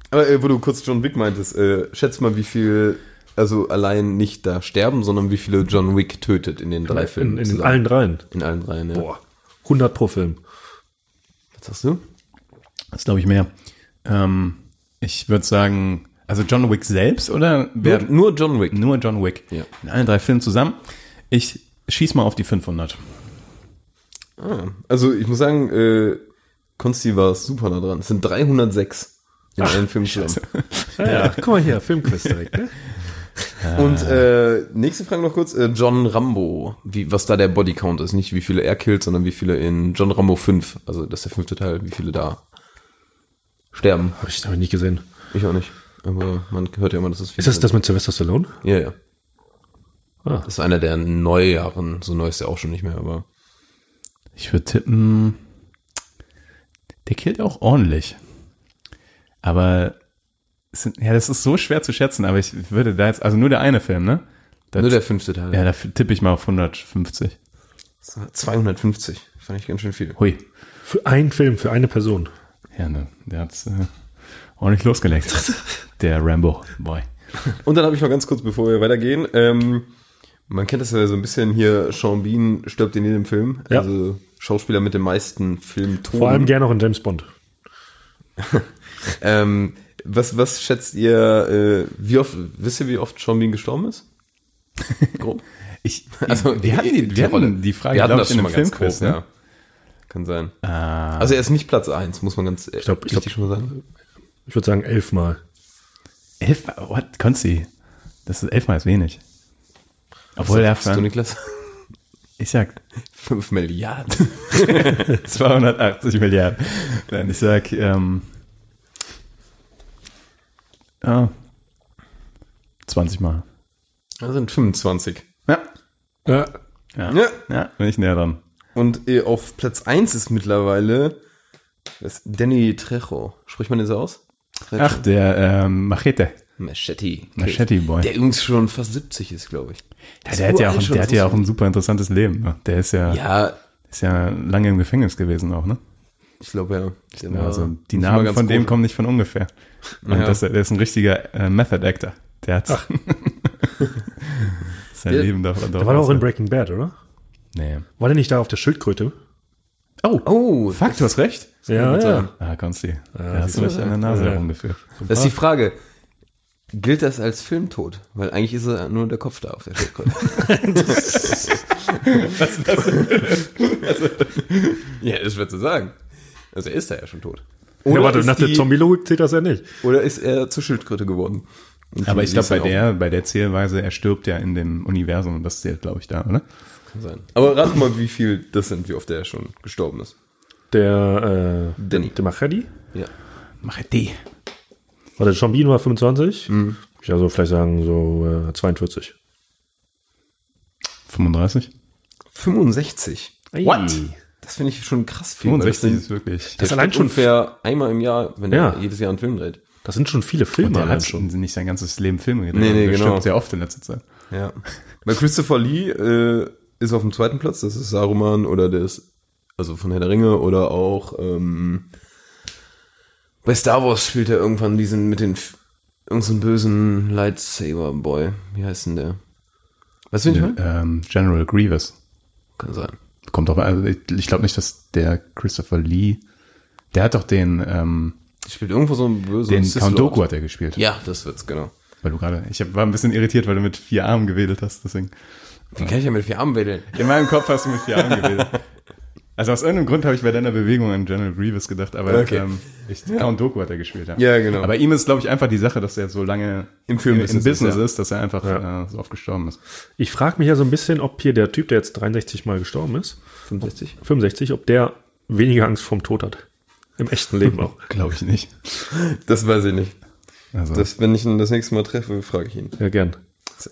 E: Aber äh, wo du kurz John Wick meintest, äh, schätz mal, wie viel, also allein nicht da sterben, sondern wie viele John Wick tötet in den drei
F: In,
E: Filmen.
F: in
E: zusammen.
F: allen dreien.
E: In allen dreien, ja.
F: Boah. 100 pro Film.
E: Was sagst du?
A: Das glaube ich mehr. Ähm, ich würde sagen, also John Wick selbst oder
E: Nur,
A: wer?
E: nur John Wick.
A: Nur John Wick.
E: Ja.
A: In allen drei Filmen zusammen. Ich schieß mal auf die 500.
E: Also ich muss sagen, äh, Konsti war super nah dran. Es sind 306 in allen Filmen zusammen.
F: Ja, ja. guck mal hier, Filmquiz direkt. Ne?
E: Und äh, nächste Frage noch kurz. Äh, John Rambo, wie, was da der Bodycount ist. Nicht wie viele er killt, sondern wie viele in John Rambo 5, also das ist der fünfte Teil, wie viele da sterben.
F: Hab ich, hab ich nicht gesehen.
E: Ich auch nicht. Aber man hört ja immer, dass es viele
F: Ist das
E: sind.
F: das mit Sylvester Stallone?
E: Ja, ja.
F: Ah.
E: Das ist einer der Neujahren. So neu ist er auch schon nicht mehr, aber
A: Ich würde tippen, der killt auch ordentlich. Aber es sind, ja, das ist so schwer zu schätzen, aber ich würde da jetzt, also nur der eine Film, ne? Da,
E: nur der fünfte Teil.
A: ja, da tippe ich mal auf 150.
E: 250. Fand ich ganz schön viel.
A: Hui.
F: Für einen Film, für eine Person.
A: Ja, ne, der hat's äh, ordentlich losgelegt. der Rambo-Boy.
E: Und dann habe ich noch ganz kurz, bevor wir weitergehen, ähm, man kennt das ja so ein bisschen hier, Sean Bean stirbt in jedem Film.
F: Ja.
E: Also Schauspieler mit den meisten Filmtonen.
F: Vor allem gerne auch in James Bond.
E: ähm, was, was schätzt ihr, äh, wie oft, wisst ihr, wie oft Sean Bean gestorben ist? Grob.
A: Ich,
E: Also,
A: wir hatten die, wir hatten die Frage,
E: wir hatten
A: glaub
E: das
A: ich, in
E: schon
A: einem
E: mal ganz
A: Filmquiz,
E: grob,
A: ne?
E: ja. Kann sein. Also er ist nicht Platz 1, muss man ganz ich
F: glaub- ich glaub-
E: schon mal sagen.
F: Ich würde sagen elfmal.
A: Elf, what, Konzi? Das ist elfmal ist wenig. Obwohl, ja,
E: Bist Also, du, Niklas?
A: ich sag
E: 5 Milliarden.
A: 280 Milliarden. Nein, ich sag, ähm, ja, 20 ah, Mal.
E: Das sind 25.
A: Ja.
F: Ja.
A: Ja.
E: Ja.
A: ja. bin ich näher dran.
E: Und äh, auf Platz 1 ist mittlerweile das Danny Trejo. Spricht man den so aus? Trejo.
A: Ach, der ähm, Machete.
E: Machete.
A: Machete Boy.
E: Der übrigens schon fast 70 ist, glaube ich.
A: Ja, der hat ja auch,
E: uralt schon,
A: der
E: das
A: hat ja
E: muss
A: auch ein super interessantes Leben. Ne? Der ist ja,
E: Ja,
A: ist ja lange im Gefängnis gewesen auch, ne?
E: ich glaube ja. Den war-
A: also die
E: muss man
A: Namen
E: ganz
A: von dem
E: grob-
A: kommen nicht von ungefähr. Und
E: Ja.
A: das, der ist ein richtiger äh, Method Actor. Der hat sein
E: Der-
A: Leben davon.
F: Der war doch auch in Breaking Bad, oder?
A: Nee.
F: War der nicht da auf der Schildkröte?
A: Oh,
E: Oh,
A: fuck, du hast recht.
F: Ja, ja.
A: Ah, Konsti. da hast du mich an der Nase herumgeführt.
E: das ist die Frage. Gilt das als Filmtod? Weil eigentlich ist er nur der Kopf da auf der Schildkröte. Also, ja, das wird so sagen. Also er ist da ja schon tot.
F: ja, warte,
E: ist
F: nach der
E: die-
F: Zombie-Logik zählt das ja nicht.
E: Oder ist er zur Schildkröte geworden? Und
A: Aber ich
E: sie
A: glaube,
E: ist
A: bei
E: dann auch-
A: der, bei der Zählweise, er stirbt ja in dem Universum und das zählt, glaube ich, da, oder?
E: Sein. Aber rat mal, wie viel das sind, wie oft er schon gestorben ist.
F: der, äh,
E: Danny.
F: der Machedi.
A: Mach die.
F: Warte, Sean Bean war 25. Ich also vielleicht sagen so äh, 42.
A: 35?
E: 65.
F: What?
E: Das finde ich schon krass viel. weil das
A: 65
E: sind-
A: ist wirklich.
F: Das
E: der
F: allein
E: steht
F: schon-
E: ungefähr einmal im Jahr, wenn
F: Ja.
E: er jedes Jahr einen Film dreht.
F: Das sind schon viele Filme
A: Der
F: allein
A: hat schon nicht sein ganzes Leben Filme gedreht.
E: Nee, nee,
A: Der
E: genau.
A: stirbt sehr oft in letzter Zeit.
E: Ja.
I: Bei
E: Christopher Lee äh, ist auf dem zweiten Platz, das ist Saruman oder der ist, also von Herr der Ringe oder auch ähm, bei Star Wars spielt er irgendwann diesen mit den F- irgendeinen bösen Lightsaber-Boy. Wie heißt denn der? Weißt du, wen ich meine?
A: Ähm, General Grievous.
E: Kann sein.
A: Kommt drauf an. Also ich ich glaube nicht, dass der Christopher Lee. Der hat doch den, ähm,
E: Spielt irgendwo so einen bösen
A: den
E: Sith
A: Count
E: Lord.
A: Doku hat er gespielt.
E: Ja, das wird's, genau.
A: Weil du gerade. Ich hab, war ein bisschen irritiert, weil du mit vier Armen gewedelt hast, deswegen.
E: Den kann ich ja mit vier Armen wedeln.
A: In meinem Kopf hast du mit vier Armen gewählt. Also aus irgendeinem Grund habe ich bei deiner Bewegung an General Grievous gedacht, aber
E: Okay.
A: ähm, ich, Count Doku hat er gespielt. Ja.
E: Ja, genau.
A: Aber ihm ist, glaube ich, einfach die Sache, dass er so lange
E: Im Filmbusiness
A: im
E: ist,
A: Business
E: ja.
A: ist, dass er einfach äh, so oft gestorben ist.
F: Ich frage mich ja so ein bisschen, ob hier der Typ, der jetzt 63 Mal gestorben ist,
E: 65.
F: 65, ob der weniger Angst vorm Tod hat. Im echten Leben auch.
A: Glaube ich nicht.
E: Das weiß ich nicht.
A: Also,
E: Das, wenn ich ihn das nächste Mal treffe, frage ich ihn.
F: Ja, gern.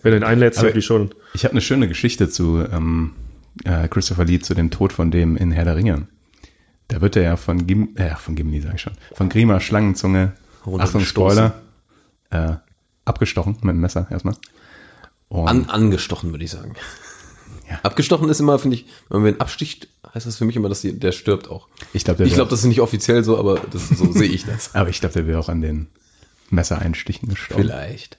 F: Wenn du ihn einlädst,
A: Aber-
F: hab ich schon.
A: ich habe eine schöne Geschichte zu ähm, äh, Christopher Lee, zu dem Tod von dem in Herr der Ringe. Da wird er ja von Gim, äh, von Gimli, sage ich schon, von Grima Schlangenzunge, Achtung, Spoiler, äh, abgestochen mit dem Messer erstmal. Und-
E: An, angestochen, würde ich sagen.
A: Ja.
E: Abgestochen ist immer, finde ich, wenn man wen absticht, heißt das für mich immer, dass die, der stirbt auch.
A: Ich glaub, der
E: ich
A: wär-
E: glaub, das ist nicht offiziell so, aber das, so sehe ich das.
A: Aber ich glaube, der wäre auch an den Messereinstichen gestorben.
E: Vielleicht.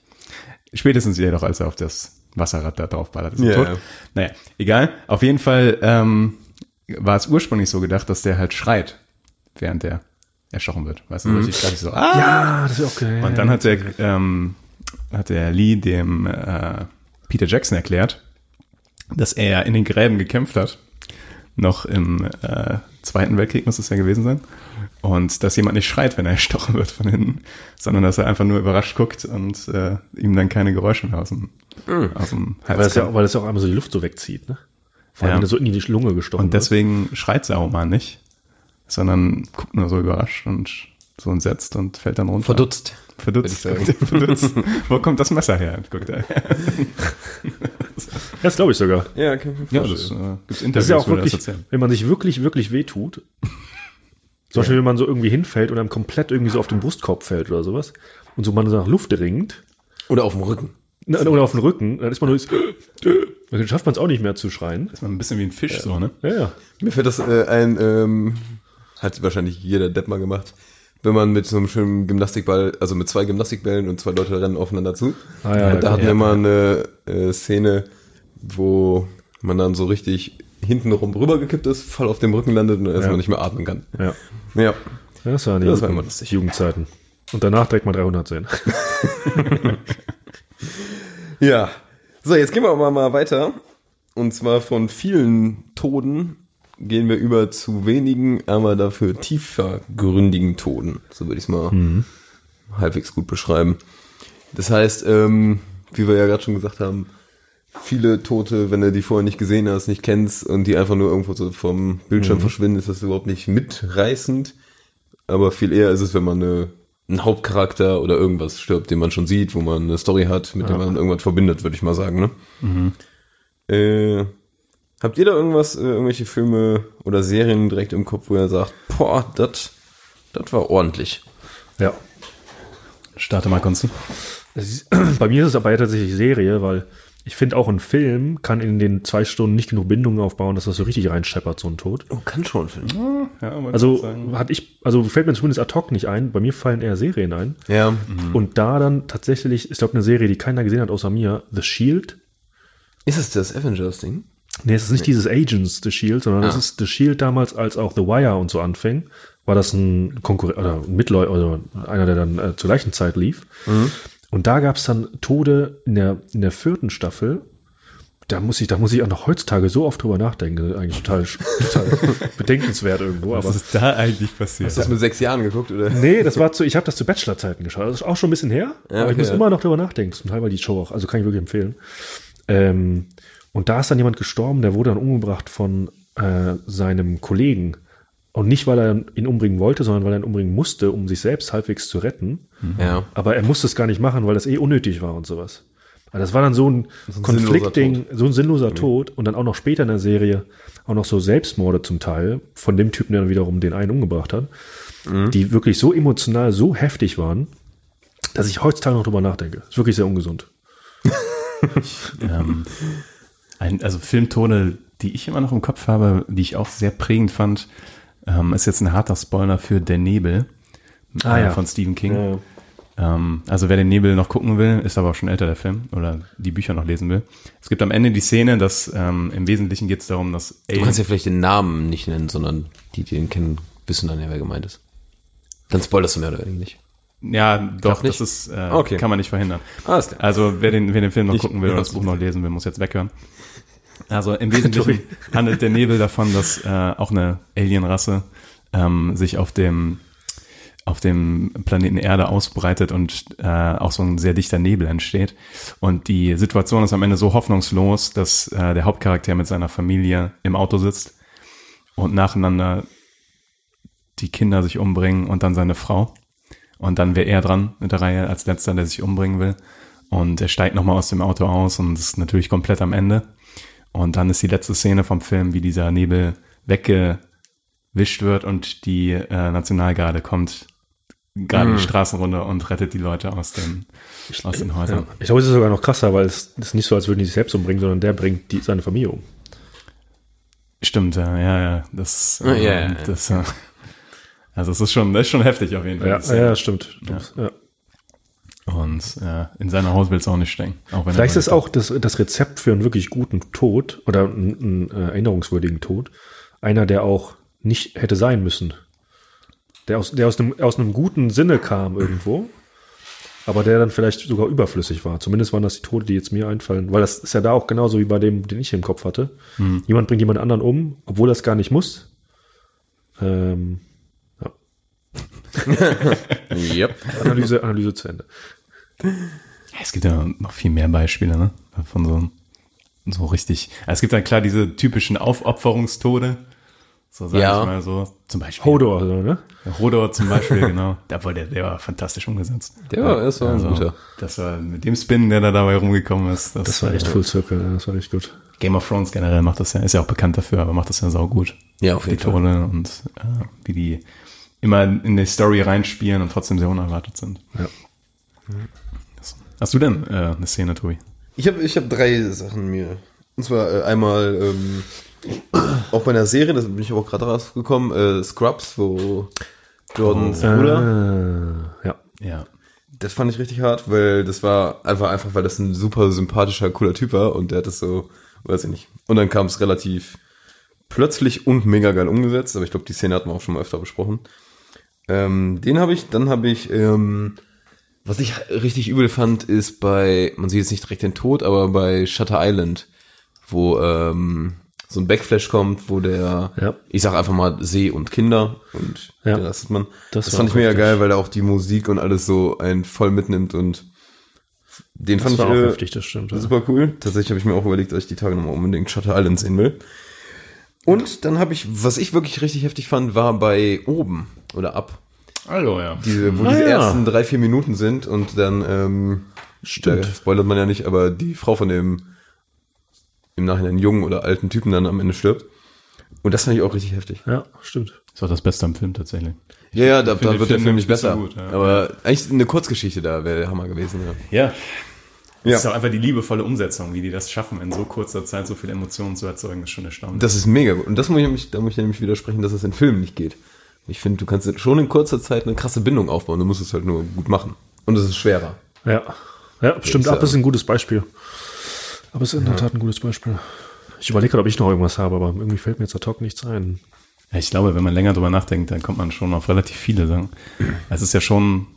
A: Spätestens jedoch, als er auf das Wasserrad da draufballert. Ist er
E: Ja,
A: tot.
E: ja.
A: Naja, egal. Auf jeden Fall ähm, war es ursprünglich so gedacht, dass der halt schreit, während er erstochen wird. Weißt du,
E: Mhm.
A: richtig kräftig so, ah!
F: Ja, das ist auch geil.
A: Und dann hat der, ähm, hat der Lee dem äh, Peter Jackson erklärt, dass er in den Gräben gekämpft hat. Noch im äh, Zweiten Weltkrieg muss es ja gewesen sein. Und dass jemand nicht schreit, wenn er erstochen wird von hinten, sondern dass er einfach nur überrascht guckt und äh, ihm dann keine Geräusche mehr aus dem,
E: Hm.
A: aus dem Hals
F: weil, das ja,
A: kommen.
F: weil das ja auch einmal so die Luft so wegzieht, ne? Vor allem,
A: Ja.
F: wenn du so in die Lunge gestochen
A: Und deswegen schreit Saruman nicht, sondern guckt nur so überrascht und so entsetzt und fällt dann runter.
E: Verdutzt.
A: Verdutzt.
E: Würde ich sagen.
A: guckt er verdutzt. Wo kommt das Messer her? Guckt er.
F: wirst. Das glaube ich sogar.
E: Ja, okay.
A: Ja, das äh, gibt's Interviews,
F: Das ist ja auch
A: wo die das
F: wirklich,
A: erzählen.
F: wenn man sich wirklich, wirklich wehtut, zum Beispiel, wenn man so irgendwie hinfällt und einem komplett irgendwie so auf den Brustkorb fällt oder sowas und so man so nach Luft ringt
E: Oder auf dem Rücken.
F: na, oder auf den Rücken, dann ist man nur so, dann schafft man es auch nicht mehr zu schreien.
A: Ist man ein bisschen wie ein Fisch so, ne?
F: Ja, ja.
E: Mir fällt das äh, ein, ähm, hat wahrscheinlich jeder Depp mal gemacht, wenn man mit so einem schönen Gymnastikball, also mit zwei Gymnastikbällen und zwei Leute rennen aufeinander zu.
F: Ah, ja,
E: und
F: ja,
E: da hatten
F: ja.
E: wir mal eine äh, Szene, wo man dann so richtig hintenrum rübergekippt ist, voll auf dem Rücken landet und dann erstmal nicht mehr atmen kann.
F: ja.
E: Ja.
F: Das waren die
E: Das war
F: Jugend-
E: immer lustig.
F: Jugendzeiten. Und danach direkt mal 310.
E: Ja. So, jetzt gehen wir aber mal weiter. Und zwar von vielen Toden gehen wir über zu wenigen, aber dafür tiefergründigen Toden. So würde ich es mal halbwegs gut beschreiben. Das heißt, ähm, wie wir ja gerade schon gesagt haben, viele Tote, wenn du die vorher nicht gesehen hast, nicht kennst und die einfach nur irgendwo so vom Bildschirm verschwinden, ist das überhaupt nicht mitreißend. Aber viel eher ist es, wenn man eine, einen Hauptcharakter oder irgendwas stirbt, den man schon sieht, wo man eine Story hat, mit dem man irgendwas verbindet, würde ich mal sagen. Ne? Äh, habt ihr da irgendwas, äh, irgendwelche Filme oder Serien direkt im Kopf, wo ihr sagt, boah, das das war ordentlich.
F: ja.
A: Starte mal, Konsti.
F: Das ist, bei mir ist es aber eher tatsächlich Serie, weil ich finde auch ein Film kann in den zwei Stunden nicht genug Bindungen aufbauen, dass das so richtig reinscheppert, so ein Tod.
E: Oh, kann schon Film.
G: ne?
A: Ja, wollte ich
F: Also
A: sagen.
F: hat ich, also fällt mir zumindest ad hoc nicht ein. Bei mir fallen eher Serien ein.
E: Ja.
F: Und da dann tatsächlich, ich glaube, eine Serie, die keiner gesehen hat außer mir, The Shield.
E: Ist es das Avengers-Ding?
F: Nee, es ist nicht dieses Agents The Shield, sondern es ist The Shield damals, als auch The Wire und so anfing. War das ein Konkurrent oder ein Mitläufer oder einer, der dann äh, zur gleichen Zeit lief. Und da gab es dann Tode in der, in der vierten Staffel. Da muss ich, da muss ich auch noch heutzutage so oft drüber nachdenken. Eigentlich total, total bedenkenswert irgendwo. Aber
A: was ist da eigentlich passiert?
E: Hast du das mit sechs Jahren geguckt, oder?
F: Nee, das war zu, ich habe das zu Bachelorzeiten geschaut. Das ist auch schon ein bisschen her, aber ich
E: okay,
F: muss
E: ja.
F: immer noch drüber nachdenken. Zum Teil war die Show auch, also kann ich wirklich empfehlen. Ähm, und da ist dann jemand gestorben, der wurde dann umgebracht von äh, seinem Kollegen. Und nicht, weil er ihn umbringen wollte, sondern weil er ihn umbringen musste, um sich selbst halbwegs zu retten.
E: Ja.
F: Aber er musste es gar nicht machen, weil das eh unnötig war und sowas. Also das war dann so ein, Mhm. Konfliktding, so ein sinnloser Tod und dann auch noch später in der Serie auch noch so Selbstmorde zum Teil von dem Typen, der dann wiederum den einen umgebracht hat, die wirklich so emotional, so heftig waren, dass ich heutzutage noch drüber nachdenke. Ist wirklich sehr ungesund.
A: ähm, ein, also Filmtone, die ich immer noch im Kopf habe, die ich auch sehr prägend fand, ähm, ist jetzt ein harter Spoiler für Der Nebel äh,
F: Ah, ja.
A: von Stephen King. Ähm, also wer den Nebel noch gucken will, ist aber auch schon älter der Film oder die Bücher noch lesen will. Es gibt am Ende die Szene, dass ähm, im Wesentlichen geht es darum, dass
G: Du
A: Alien,
G: kannst ja vielleicht den Namen nicht nennen, sondern die, die ihn kennen, wissen dann ja, wer gemeint ist. Dann spoilerst du mehr oder weniger nicht.
A: ja doch,
G: nicht.
A: das ist äh,
G: Okay.
A: kann man nicht verhindern.
G: Alles klar.
A: Also wer den, wer den Film noch
G: Ich-
A: gucken will oder das Buch noch lesen will, muss jetzt weghören. Also im Wesentlichen
F: Sorry.
A: handelt der Nebel davon, dass äh, auch eine Alienrasse ähm, sich auf dem auf dem Planeten Erde ausbreitet und äh, auch so ein sehr dichter Nebel entsteht. Und die Situation ist am Ende so hoffnungslos, dass äh, der Hauptcharakter mit seiner Familie im Auto sitzt und nacheinander die Kinder sich umbringen und dann seine Frau. Und dann wäre er dran mit der Reihe als letzter, der sich umbringen will. Und er steigt nochmal aus dem Auto aus und ist natürlich komplett am Ende. Und dann ist die letzte Szene vom Film, wie dieser Nebel weggewischt wird und die äh, Nationalgarde kommt gerade
G: Mhm.
A: die Straßenrunde und rettet die Leute aus den, aus den Häusern.
F: Ich glaube, es ist sogar noch krasser, weil es ist nicht so, als würden die sich selbst umbringen, sondern der bringt die, seine Familie um.
A: Stimmt, ja, ja, ja. Das,
G: Ja, ja, ja.
A: das äh, also es ist schon, das ist schon heftig auf jeden Fall.
F: Ja,
A: die Szene.
F: ja, stimmt. Ja.
A: Und äh, in seiner Haus will es auch nicht stecken. Auch wenn er
F: Vielleicht ist auch das, das Rezept für einen wirklich guten Tod oder einen, einen äh, erinnerungswürdigen Tod einer, der auch nicht hätte sein müssen. Der aus, der aus, einem, aus einem guten Sinne kam irgendwo, aber der dann vielleicht sogar überflüssig war. Zumindest waren das die Tode, die jetzt mir einfallen. Weil das ist ja da auch genauso wie bei dem, den ich im Kopf hatte. Jemand bringt jemand anderen um, obwohl er es gar nicht muss. Ähm,
G: Yep.
F: Analyse, Analyse zu Ende.
A: Es gibt ja noch viel mehr Beispiele, ne? Von so, so richtig. Also Es gibt dann klar diese typischen Aufopferungstode. So sag
G: Ja.
A: ich mal so. Zum Beispiel.
F: Hodor, so, ne?
A: Hodor zum Beispiel, genau. Da war der, der war fantastisch umgesetzt. Also,
G: Der war- das war ein guter.
A: Das war mit dem Spin, der da dabei rumgekommen ist. äh,
F: Das war echt Full Circle, ja, das war echt gut.
A: Game of Thrones generell macht das ja, ist ja auch bekannt dafür, aber macht das ja saugut.
G: Ja, auf
A: Die
G: jeden Fall.
A: Tone und äh, wie die immer in die Story reinspielen und trotzdem sehr unerwartet sind.
F: Ja.
A: Hast du denn äh, eine Szene, Tobi?
E: Ich habe ich hab drei Sachen mir. Und zwar äh, einmal ähm, auch bei einer Serie, da bin ich aber auch gerade rausgekommen, äh, Scrubs, wo Jordans Bruder.
F: Äh, ja.
A: Ja.
E: Das fand ich richtig hart, weil das war einfach einfach, weil das ein super sympathischer, cooler Typ war und der hat das so, weiß ich nicht. Und dann kam es relativ plötzlich und mega geil umgesetzt, aber ich glaube, die Szene hatten wir auch schon mal öfter besprochen. Ähm, den habe ich, dann habe ich, ähm,
G: Was ich richtig übel fand, ist bei, man sieht jetzt nicht direkt den Tod, aber bei Shutter Island, wo ähm, so ein Backflash kommt, wo der,
F: Ja.
G: ich sag einfach mal See und Kinder und
F: Ja.
G: den Rest hat man.
F: Das
G: Das,
F: war
G: fand ich mega
F: heftig.
G: geil, weil er auch die Musik und alles so einen voll mitnimmt und den
F: Das
G: fand
F: war auch
G: ich äh,
F: heftig, das stimmt. Ja.
E: super cool. Tatsächlich habe ich mir auch überlegt, dass ich die Tage nochmal unbedingt Shutter Island sehen will. Und dann habe ich, was ich wirklich richtig heftig fand, war bei oben oder ab.
A: Hallo, ja.
E: Diese, wo
F: Ah,
E: diese
F: ja.
E: ersten drei, vier Minuten sind und dann, ähm, da spoilert man ja nicht, aber die Frau von dem im Nachhinein jungen oder alten Typen dann am Ende stirbt. Und das fand ich auch richtig heftig.
F: Ja, stimmt.
A: Das war das Beste am Film tatsächlich.
E: Ja, ja, da, da
A: den
E: wird der
A: Film
E: Film nicht
A: nicht so
E: besser.
A: gut, ja.
E: Aber eigentlich eine Kurzgeschichte da wäre der Hammer gewesen. Ja.
A: Ja.
E: Ja.
A: Das ist auch einfach die liebevolle Umsetzung, wie die das schaffen, in so kurzer Zeit so viel Emotionen zu erzeugen, ist schon erstaunlich.
E: Das ist mega gut. Und das muss ich nämlich, da muss ich nämlich widersprechen, dass es in Filmen nicht geht. Ich finde, du kannst schon in kurzer Zeit eine krasse Bindung aufbauen. Du musst es halt nur gut machen. Und es ist schwerer.
F: Ja, ja stimmt.
E: Ist,
F: Ab
E: äh,
F: ist ein gutes Beispiel. Ab ist in der Tat ein gutes Beispiel. Ich überlege gerade, ob ich noch irgendwas habe, aber irgendwie fällt mir jetzt ad hoc nichts ein.
A: Ja, ich glaube, wenn man länger drüber nachdenkt, dann kommt man schon auf relativ viele Sachen. Also Es ist ja schon,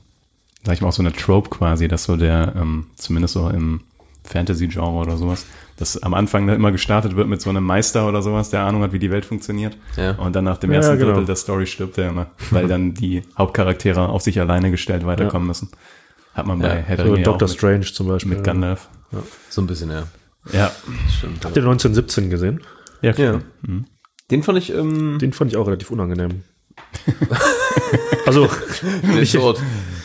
A: sag ich mal, auch so eine Trope quasi, dass so der, ähm, zumindest so im Fantasy-Genre oder sowas, dass am Anfang dann immer gestartet wird mit so einem Meister oder sowas, der Ahnung hat, wie die Welt funktioniert.
G: Ja.
A: Und dann nach dem
F: Ja,
A: ersten
F: genau.
A: Drittel der Story stirbt er immer, weil dann die Hauptcharaktere auf sich alleine gestellt weiterkommen müssen. Hat man bei Herr der
F: So
A: Ringe auch
F: Doctor
A: mit,
F: Strange zum Beispiel.
A: mit Gandalf.
G: so ein bisschen, ja.
A: Ja,
F: Habt ihr 1917 gesehen?
A: Ja, klar.
G: Ja.
A: Mhm.
E: Den fand ich, ähm,
F: Den fand ich auch relativ unangenehm. also,
E: den,
F: nicht,
E: Short.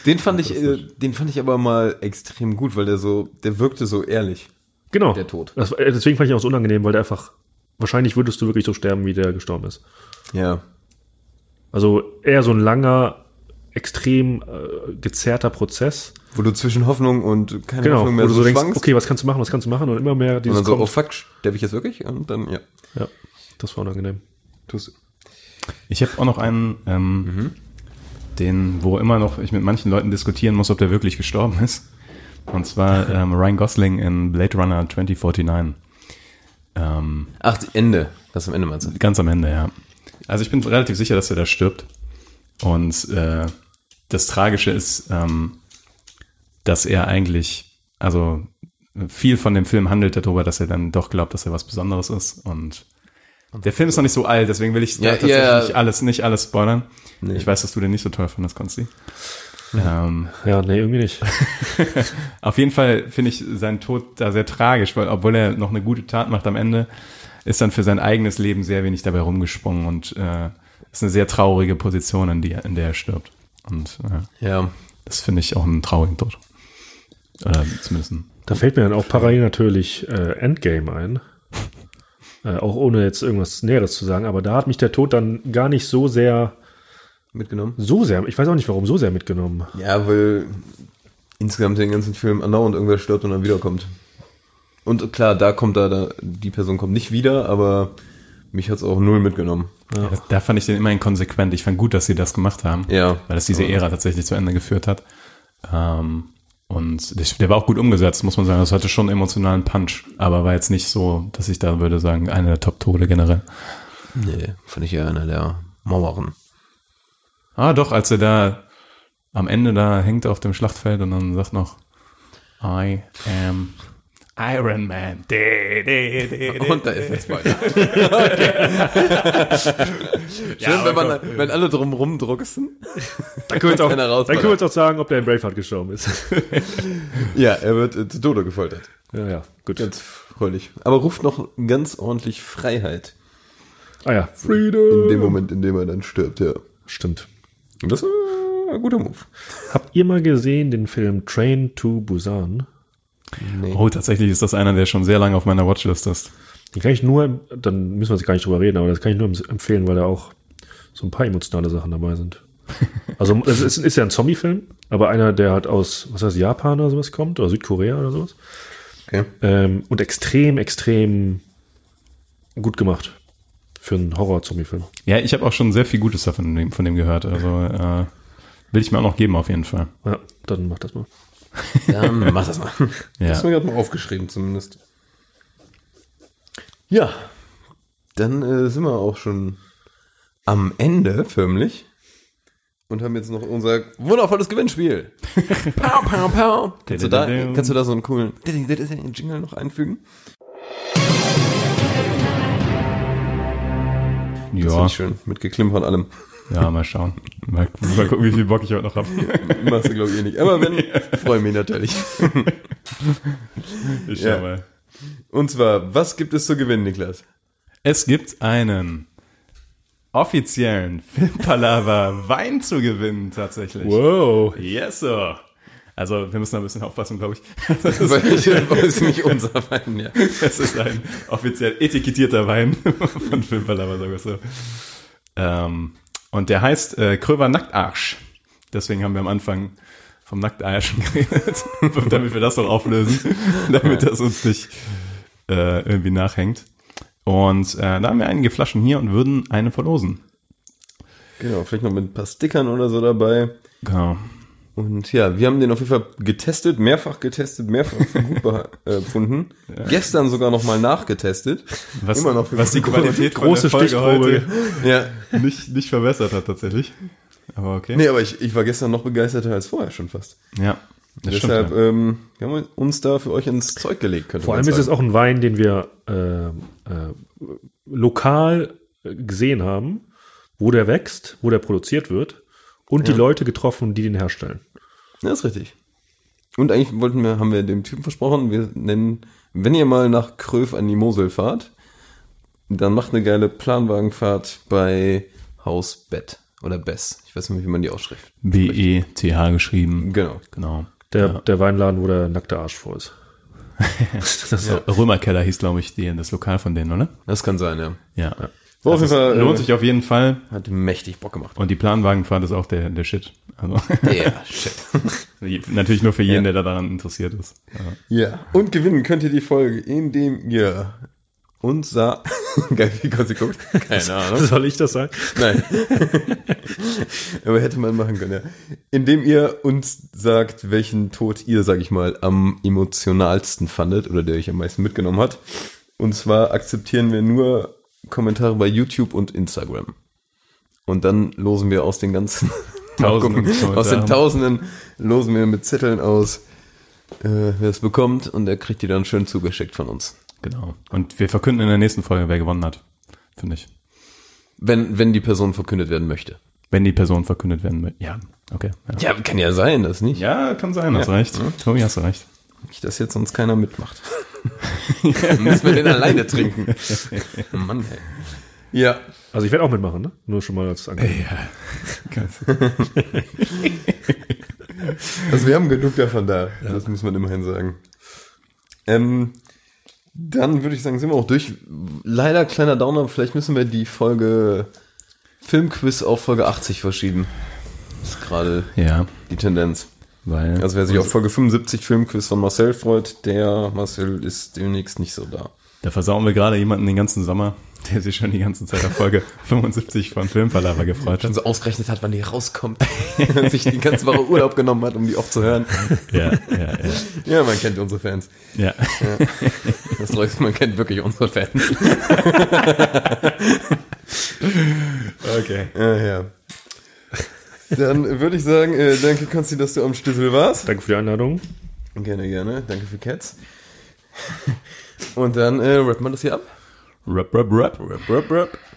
E: den fand ich, äh, den fand ich aber mal extrem gut, weil der so, der wirkte so ehrlich.
F: genau.
E: der Tod.
F: Das, war- äh, deswegen fand ich ihn auch so unangenehm, weil der einfach, wahrscheinlich würdest du wirklich so sterben, wie der gestorben ist.
E: Ja.
F: Also eher so ein langer, extrem äh, gezerrter Prozess.
E: Wo du zwischen Hoffnung und keine
F: Genau,
E: Hoffnung
F: wo
E: mehr
F: du so denkst,
E: schwankst.
F: okay, was kannst du machen, was kannst du machen? Und immer mehr
E: und
F: dieses
E: dann so, oh
F: kommt.
E: fuck, sterbe ich jetzt wirklich? Und dann, ja,
F: Ja, das war unangenehm.
E: tust du.
A: Ich habe auch noch einen, ähm, den, wo immer noch ich mit manchen Leuten diskutieren muss, ob der wirklich gestorben ist. Und zwar ähm, Ryan Gosling in Blade Runner 2049. Ähm,
E: Ach, Ende. Das am Ende meinst du?
A: ganz am Ende, ja. Also ich bin relativ sicher, dass er da stirbt. Und äh, das Tragische ist, ähm, dass er eigentlich, also viel von dem Film handelt darüber, dass er dann doch glaubt, dass er was Besonderes ist. Und der Film ist noch nicht so alt, deswegen will ich da
E: Ja,
A: tatsächlich
E: ja, ja.
A: Nicht, alles, nicht alles spoilern. Ich weiß, dass du den nicht so toll fandest, Konsti. Ähm,
F: Ja, nee, irgendwie nicht.
A: auf jeden Fall finde ich seinen Tod da sehr tragisch, weil obwohl er noch eine gute Tat macht am Ende, ist dann für sein eigenes Leben sehr wenig dabei rumgesprungen und äh, ist eine sehr traurige Position, in, die, in der er stirbt. Und äh,
E: Ja.
A: das finde ich auch einen traurigen Tod. Oder zumindest ein
F: Da fällt mir dann auch parallel natürlich äh, Endgame ein. Äh, auch ohne jetzt irgendwas Näheres zu sagen, aber da hat mich der Tod dann gar nicht so sehr,
E: Mitgenommen?
F: so sehr, ich weiß auch nicht warum, so sehr mitgenommen.
E: Ja, weil insgesamt den ganzen Film andauernd irgendwer stirbt und dann wiederkommt. Und klar, da kommt da, da die Person kommt nicht wieder, aber mich hat's auch null mitgenommen.
A: Das- Da fand ich den immerhin konsequent. Ich fand gut, dass sie das gemacht haben,
E: Ja.
A: weil das diese Ära tatsächlich zu Ende geführt hat. Ähm, und das- der war auch gut umgesetzt, muss man sagen. Das hatte schon einen emotionalen Punch, aber war jetzt nicht so, dass ich da würde sagen, einer der Top-Tode generell.
E: Nee, fand ich ja einer der Mauern.
A: Ah, doch, als er da am Ende da hängt auf dem Schlachtfeld und dann sagt noch, I am Iron Man. De, de, de, de.
E: Und da ist jetzt weiter. Schön, wenn, man, wenn alle drum rumdrucksen.
F: Dann können wir
E: Keiner
F: jetzt auch,
E: raus,
F: dann können
E: oder?
F: wir jetzt auch sagen, ob der in Braveheart gestorben ist.
E: Ja, er wird äh, zu Dodo gefoltert.
F: ja, ja, gut.
E: Ganz fröhlich. Aber ruft noch ganz ordentlich Freiheit.
F: Ah ja,
E: In dem
F: Freedom.
E: Moment, in dem er dann stirbt, ja.
F: Stimmt.
E: Und das war ein guter Move.
F: Habt ihr mal gesehen den Film Train to Busan?
A: Oh, tatsächlich ist das einer, der schon sehr lange auf meiner Watchlist ist.
F: Den kann ich nur, dann müssen wir jetzt gar nicht drüber reden, aber das kann ich nur empfehlen, weil da auch so ein paar emotionale Sachen dabei sind. Also es ist, ist ja ein Zombie-Film, aber einer, der halt aus, was heißt, Japan oder sowas kommt, oder Südkorea oder sowas.
E: Okay.
F: Ähm, und extrem, extrem gut gemacht für einen Horror-Zombie-Film.
A: Ja, ich habe auch schon sehr viel Gutes davon dem- von dem gehört. Also äh, will ich mir auch noch geben auf jeden Fall.
F: Ja, dann mach das mal.
E: Dann mach das mal.
A: Ja.
E: Hast du mir gerade mal aufgeschrieben zumindest. Ja, dann äh, sind wir auch schon am Ende förmlich und haben jetzt noch unser wundervolles Gewinnspiel. pow, pow, pow. Kannst, du da, kannst du da so einen coolen Jingle noch einfügen? Das
A: Ja,
E: finde ich schön, mit Geklimper und allem.
A: ja, mal schauen. Mal, mal gucken, wie viel Bock ich heute noch habe.
E: Machst du, glaube ich, eh nicht. Aber wenn, freue mich natürlich.
A: Ich
E: Ja.
A: schau mal.
E: Und zwar, was gibt es zu gewinnen, Niklas?
A: Es gibt einen offiziellen Filmpalava Wein zu gewinnen, tatsächlich.
F: Wow.
A: Yes, sir. Also, wir müssen da ein bisschen aufpassen, glaube ich. Das
E: Weil
A: ist,
E: ich weiß nicht unser Wein, ja.
A: das ist ein offiziell etikettierter Wein von Filmpalava, sagen wir es so. Ähm, und der heißt äh, Kröver Nacktarsch. Deswegen haben wir am Anfang vom Nacktarschen geredet, damit wir das noch auflösen, damit das uns nicht äh, irgendwie nachhängt. Und äh, da haben wir einige Flaschen hier und würden eine verlosen.
E: Genau, vielleicht noch mit ein paar Stickern oder so dabei.
A: Genau.
E: Und ja, wir haben den auf jeden Fall getestet, mehrfach getestet, mehrfach für gut beha- äh, befunden. Gestern sogar nochmal nachgetestet.
A: Was,
E: Immer noch für
A: was die
E: gute-
A: Qualität
F: große
A: von der Folge
F: Stichprobe.
E: Ja.
A: heute nicht, nicht verbessert hat tatsächlich. Aber okay.
E: Nee, aber ich, ich war gestern noch begeisterter als vorher schon fast.
A: Ja, das
E: Deshalb,
A: stimmt. Ja.
E: ähm, wir haben uns da für euch ins Zeug gelegt. Könnte
F: Vor
E: man
F: allem ist es
E: sagen.
F: auch ein Wein, den wir äh, äh, lokal äh, gesehen haben, wo der wächst, wo der produziert wird und die Leute getroffen, die den herstellen.
E: Ja, ist richtig. Und eigentlich wollten wir, haben wir dem Typen versprochen, wir nennen, wenn ihr mal nach Kröv an die Mosel fahrt, Dann macht eine geile Planwagenfahrt bei Haus Bett oder Bess. Ich weiß nicht, wie man die ausschreibt.
A: B-E-T-H E geschrieben.
E: Genau.
A: Genau.
F: Der, der Weinladen, wo der nackte Arsch vor ist. das ist so.
A: Römerkeller hieß, glaube ich, die, das Lokal von denen, oder?
E: Das kann sein, ja.
A: Ja.
E: War auf
A: Das
E: jeden Fall,
A: lohnt
E: äh,
A: sich auf jeden Fall.
E: Hat mächtig Bock gemacht.
A: Und die Planwagenfahrt ist auch der, der Shit. Also,
E: Yeah, shit.
A: natürlich nur für jeden, der daran interessiert ist. Ja.
E: Ja. Und gewinnen könnt ihr die Folge, indem ihr uns sah. Geil, wie Gott sie guckt. Keine Ahnung.
F: Soll ich das sagen?
E: Nein. Aber hätte man machen können, ja. Indem ihr uns sagt, welchen Tod ihr, sag ich mal, am emotionalsten fandet oder der euch am meisten mitgenommen hat. Und zwar akzeptieren wir nur Kommentare bei YouTube und Instagram. Und dann losen wir aus den ganzen
A: Tausenden
E: Mal gucken. aus den
A: Kommentaren.
E: Tausenden losen wir mit Zetteln aus, äh, wer es bekommt und der kriegt die dann schön zugeschickt von uns.
A: Genau. Und wir verkünden in der nächsten Folge, wer gewonnen hat. Finde ich.
E: Wenn, wenn die Person verkündet werden möchte.
A: Wenn die Person verkündet werden will. Ja, okay. Ja,
E: Ja, kann ja sein, das nicht.
A: ja kann sein, hast recht.
E: Mhm.
A: Tobi, hast recht.
E: Nicht, dass jetzt sonst keiner mitmacht. Müssen wir den alleine trinken. Mann, ey. Ja.
F: Also ich werde auch mitmachen, ne? Nur schon mal als Angebot.
E: Also wir haben genug davon da. Das muss man immerhin sagen. Ähm, dann würde ich sagen, sind wir auch durch. Leider kleiner Downer, vielleicht müssen wir die Folge Filmquiz auf Folge 80 verschieben. Ist gerade
A: Ja,
E: die Tendenz.
A: weil.
E: Also wer sich auf Folge 75 Filmquiz von Marcel freut, der Marcel ist demnächst nicht so da.
A: Da versauen wir gerade jemanden den ganzen Sommer, der sich schon die ganze Zeit auf Folge 75 von Filmpalava gefreut hat.
E: so ausgerechnet hat, wann die rauskommt. sich die ganze Woche Urlaub genommen hat, um die oft zu hören.
A: Ja, ja, ja.
E: Ja, man kennt unsere Fans.
A: ja.
E: Das Leute, man kennt wirklich unsere Fans.
A: Okay.
E: Ja, ja. Dann würde ich sagen, äh, danke Konsti, dass du am Schlüssel warst.
F: Danke für die Einladung.
E: Gerne, gerne. Danke für Cats. Und dann äh, rappt man das hier ab.
A: Rap, rap, rap.
E: Rap, rap, rap.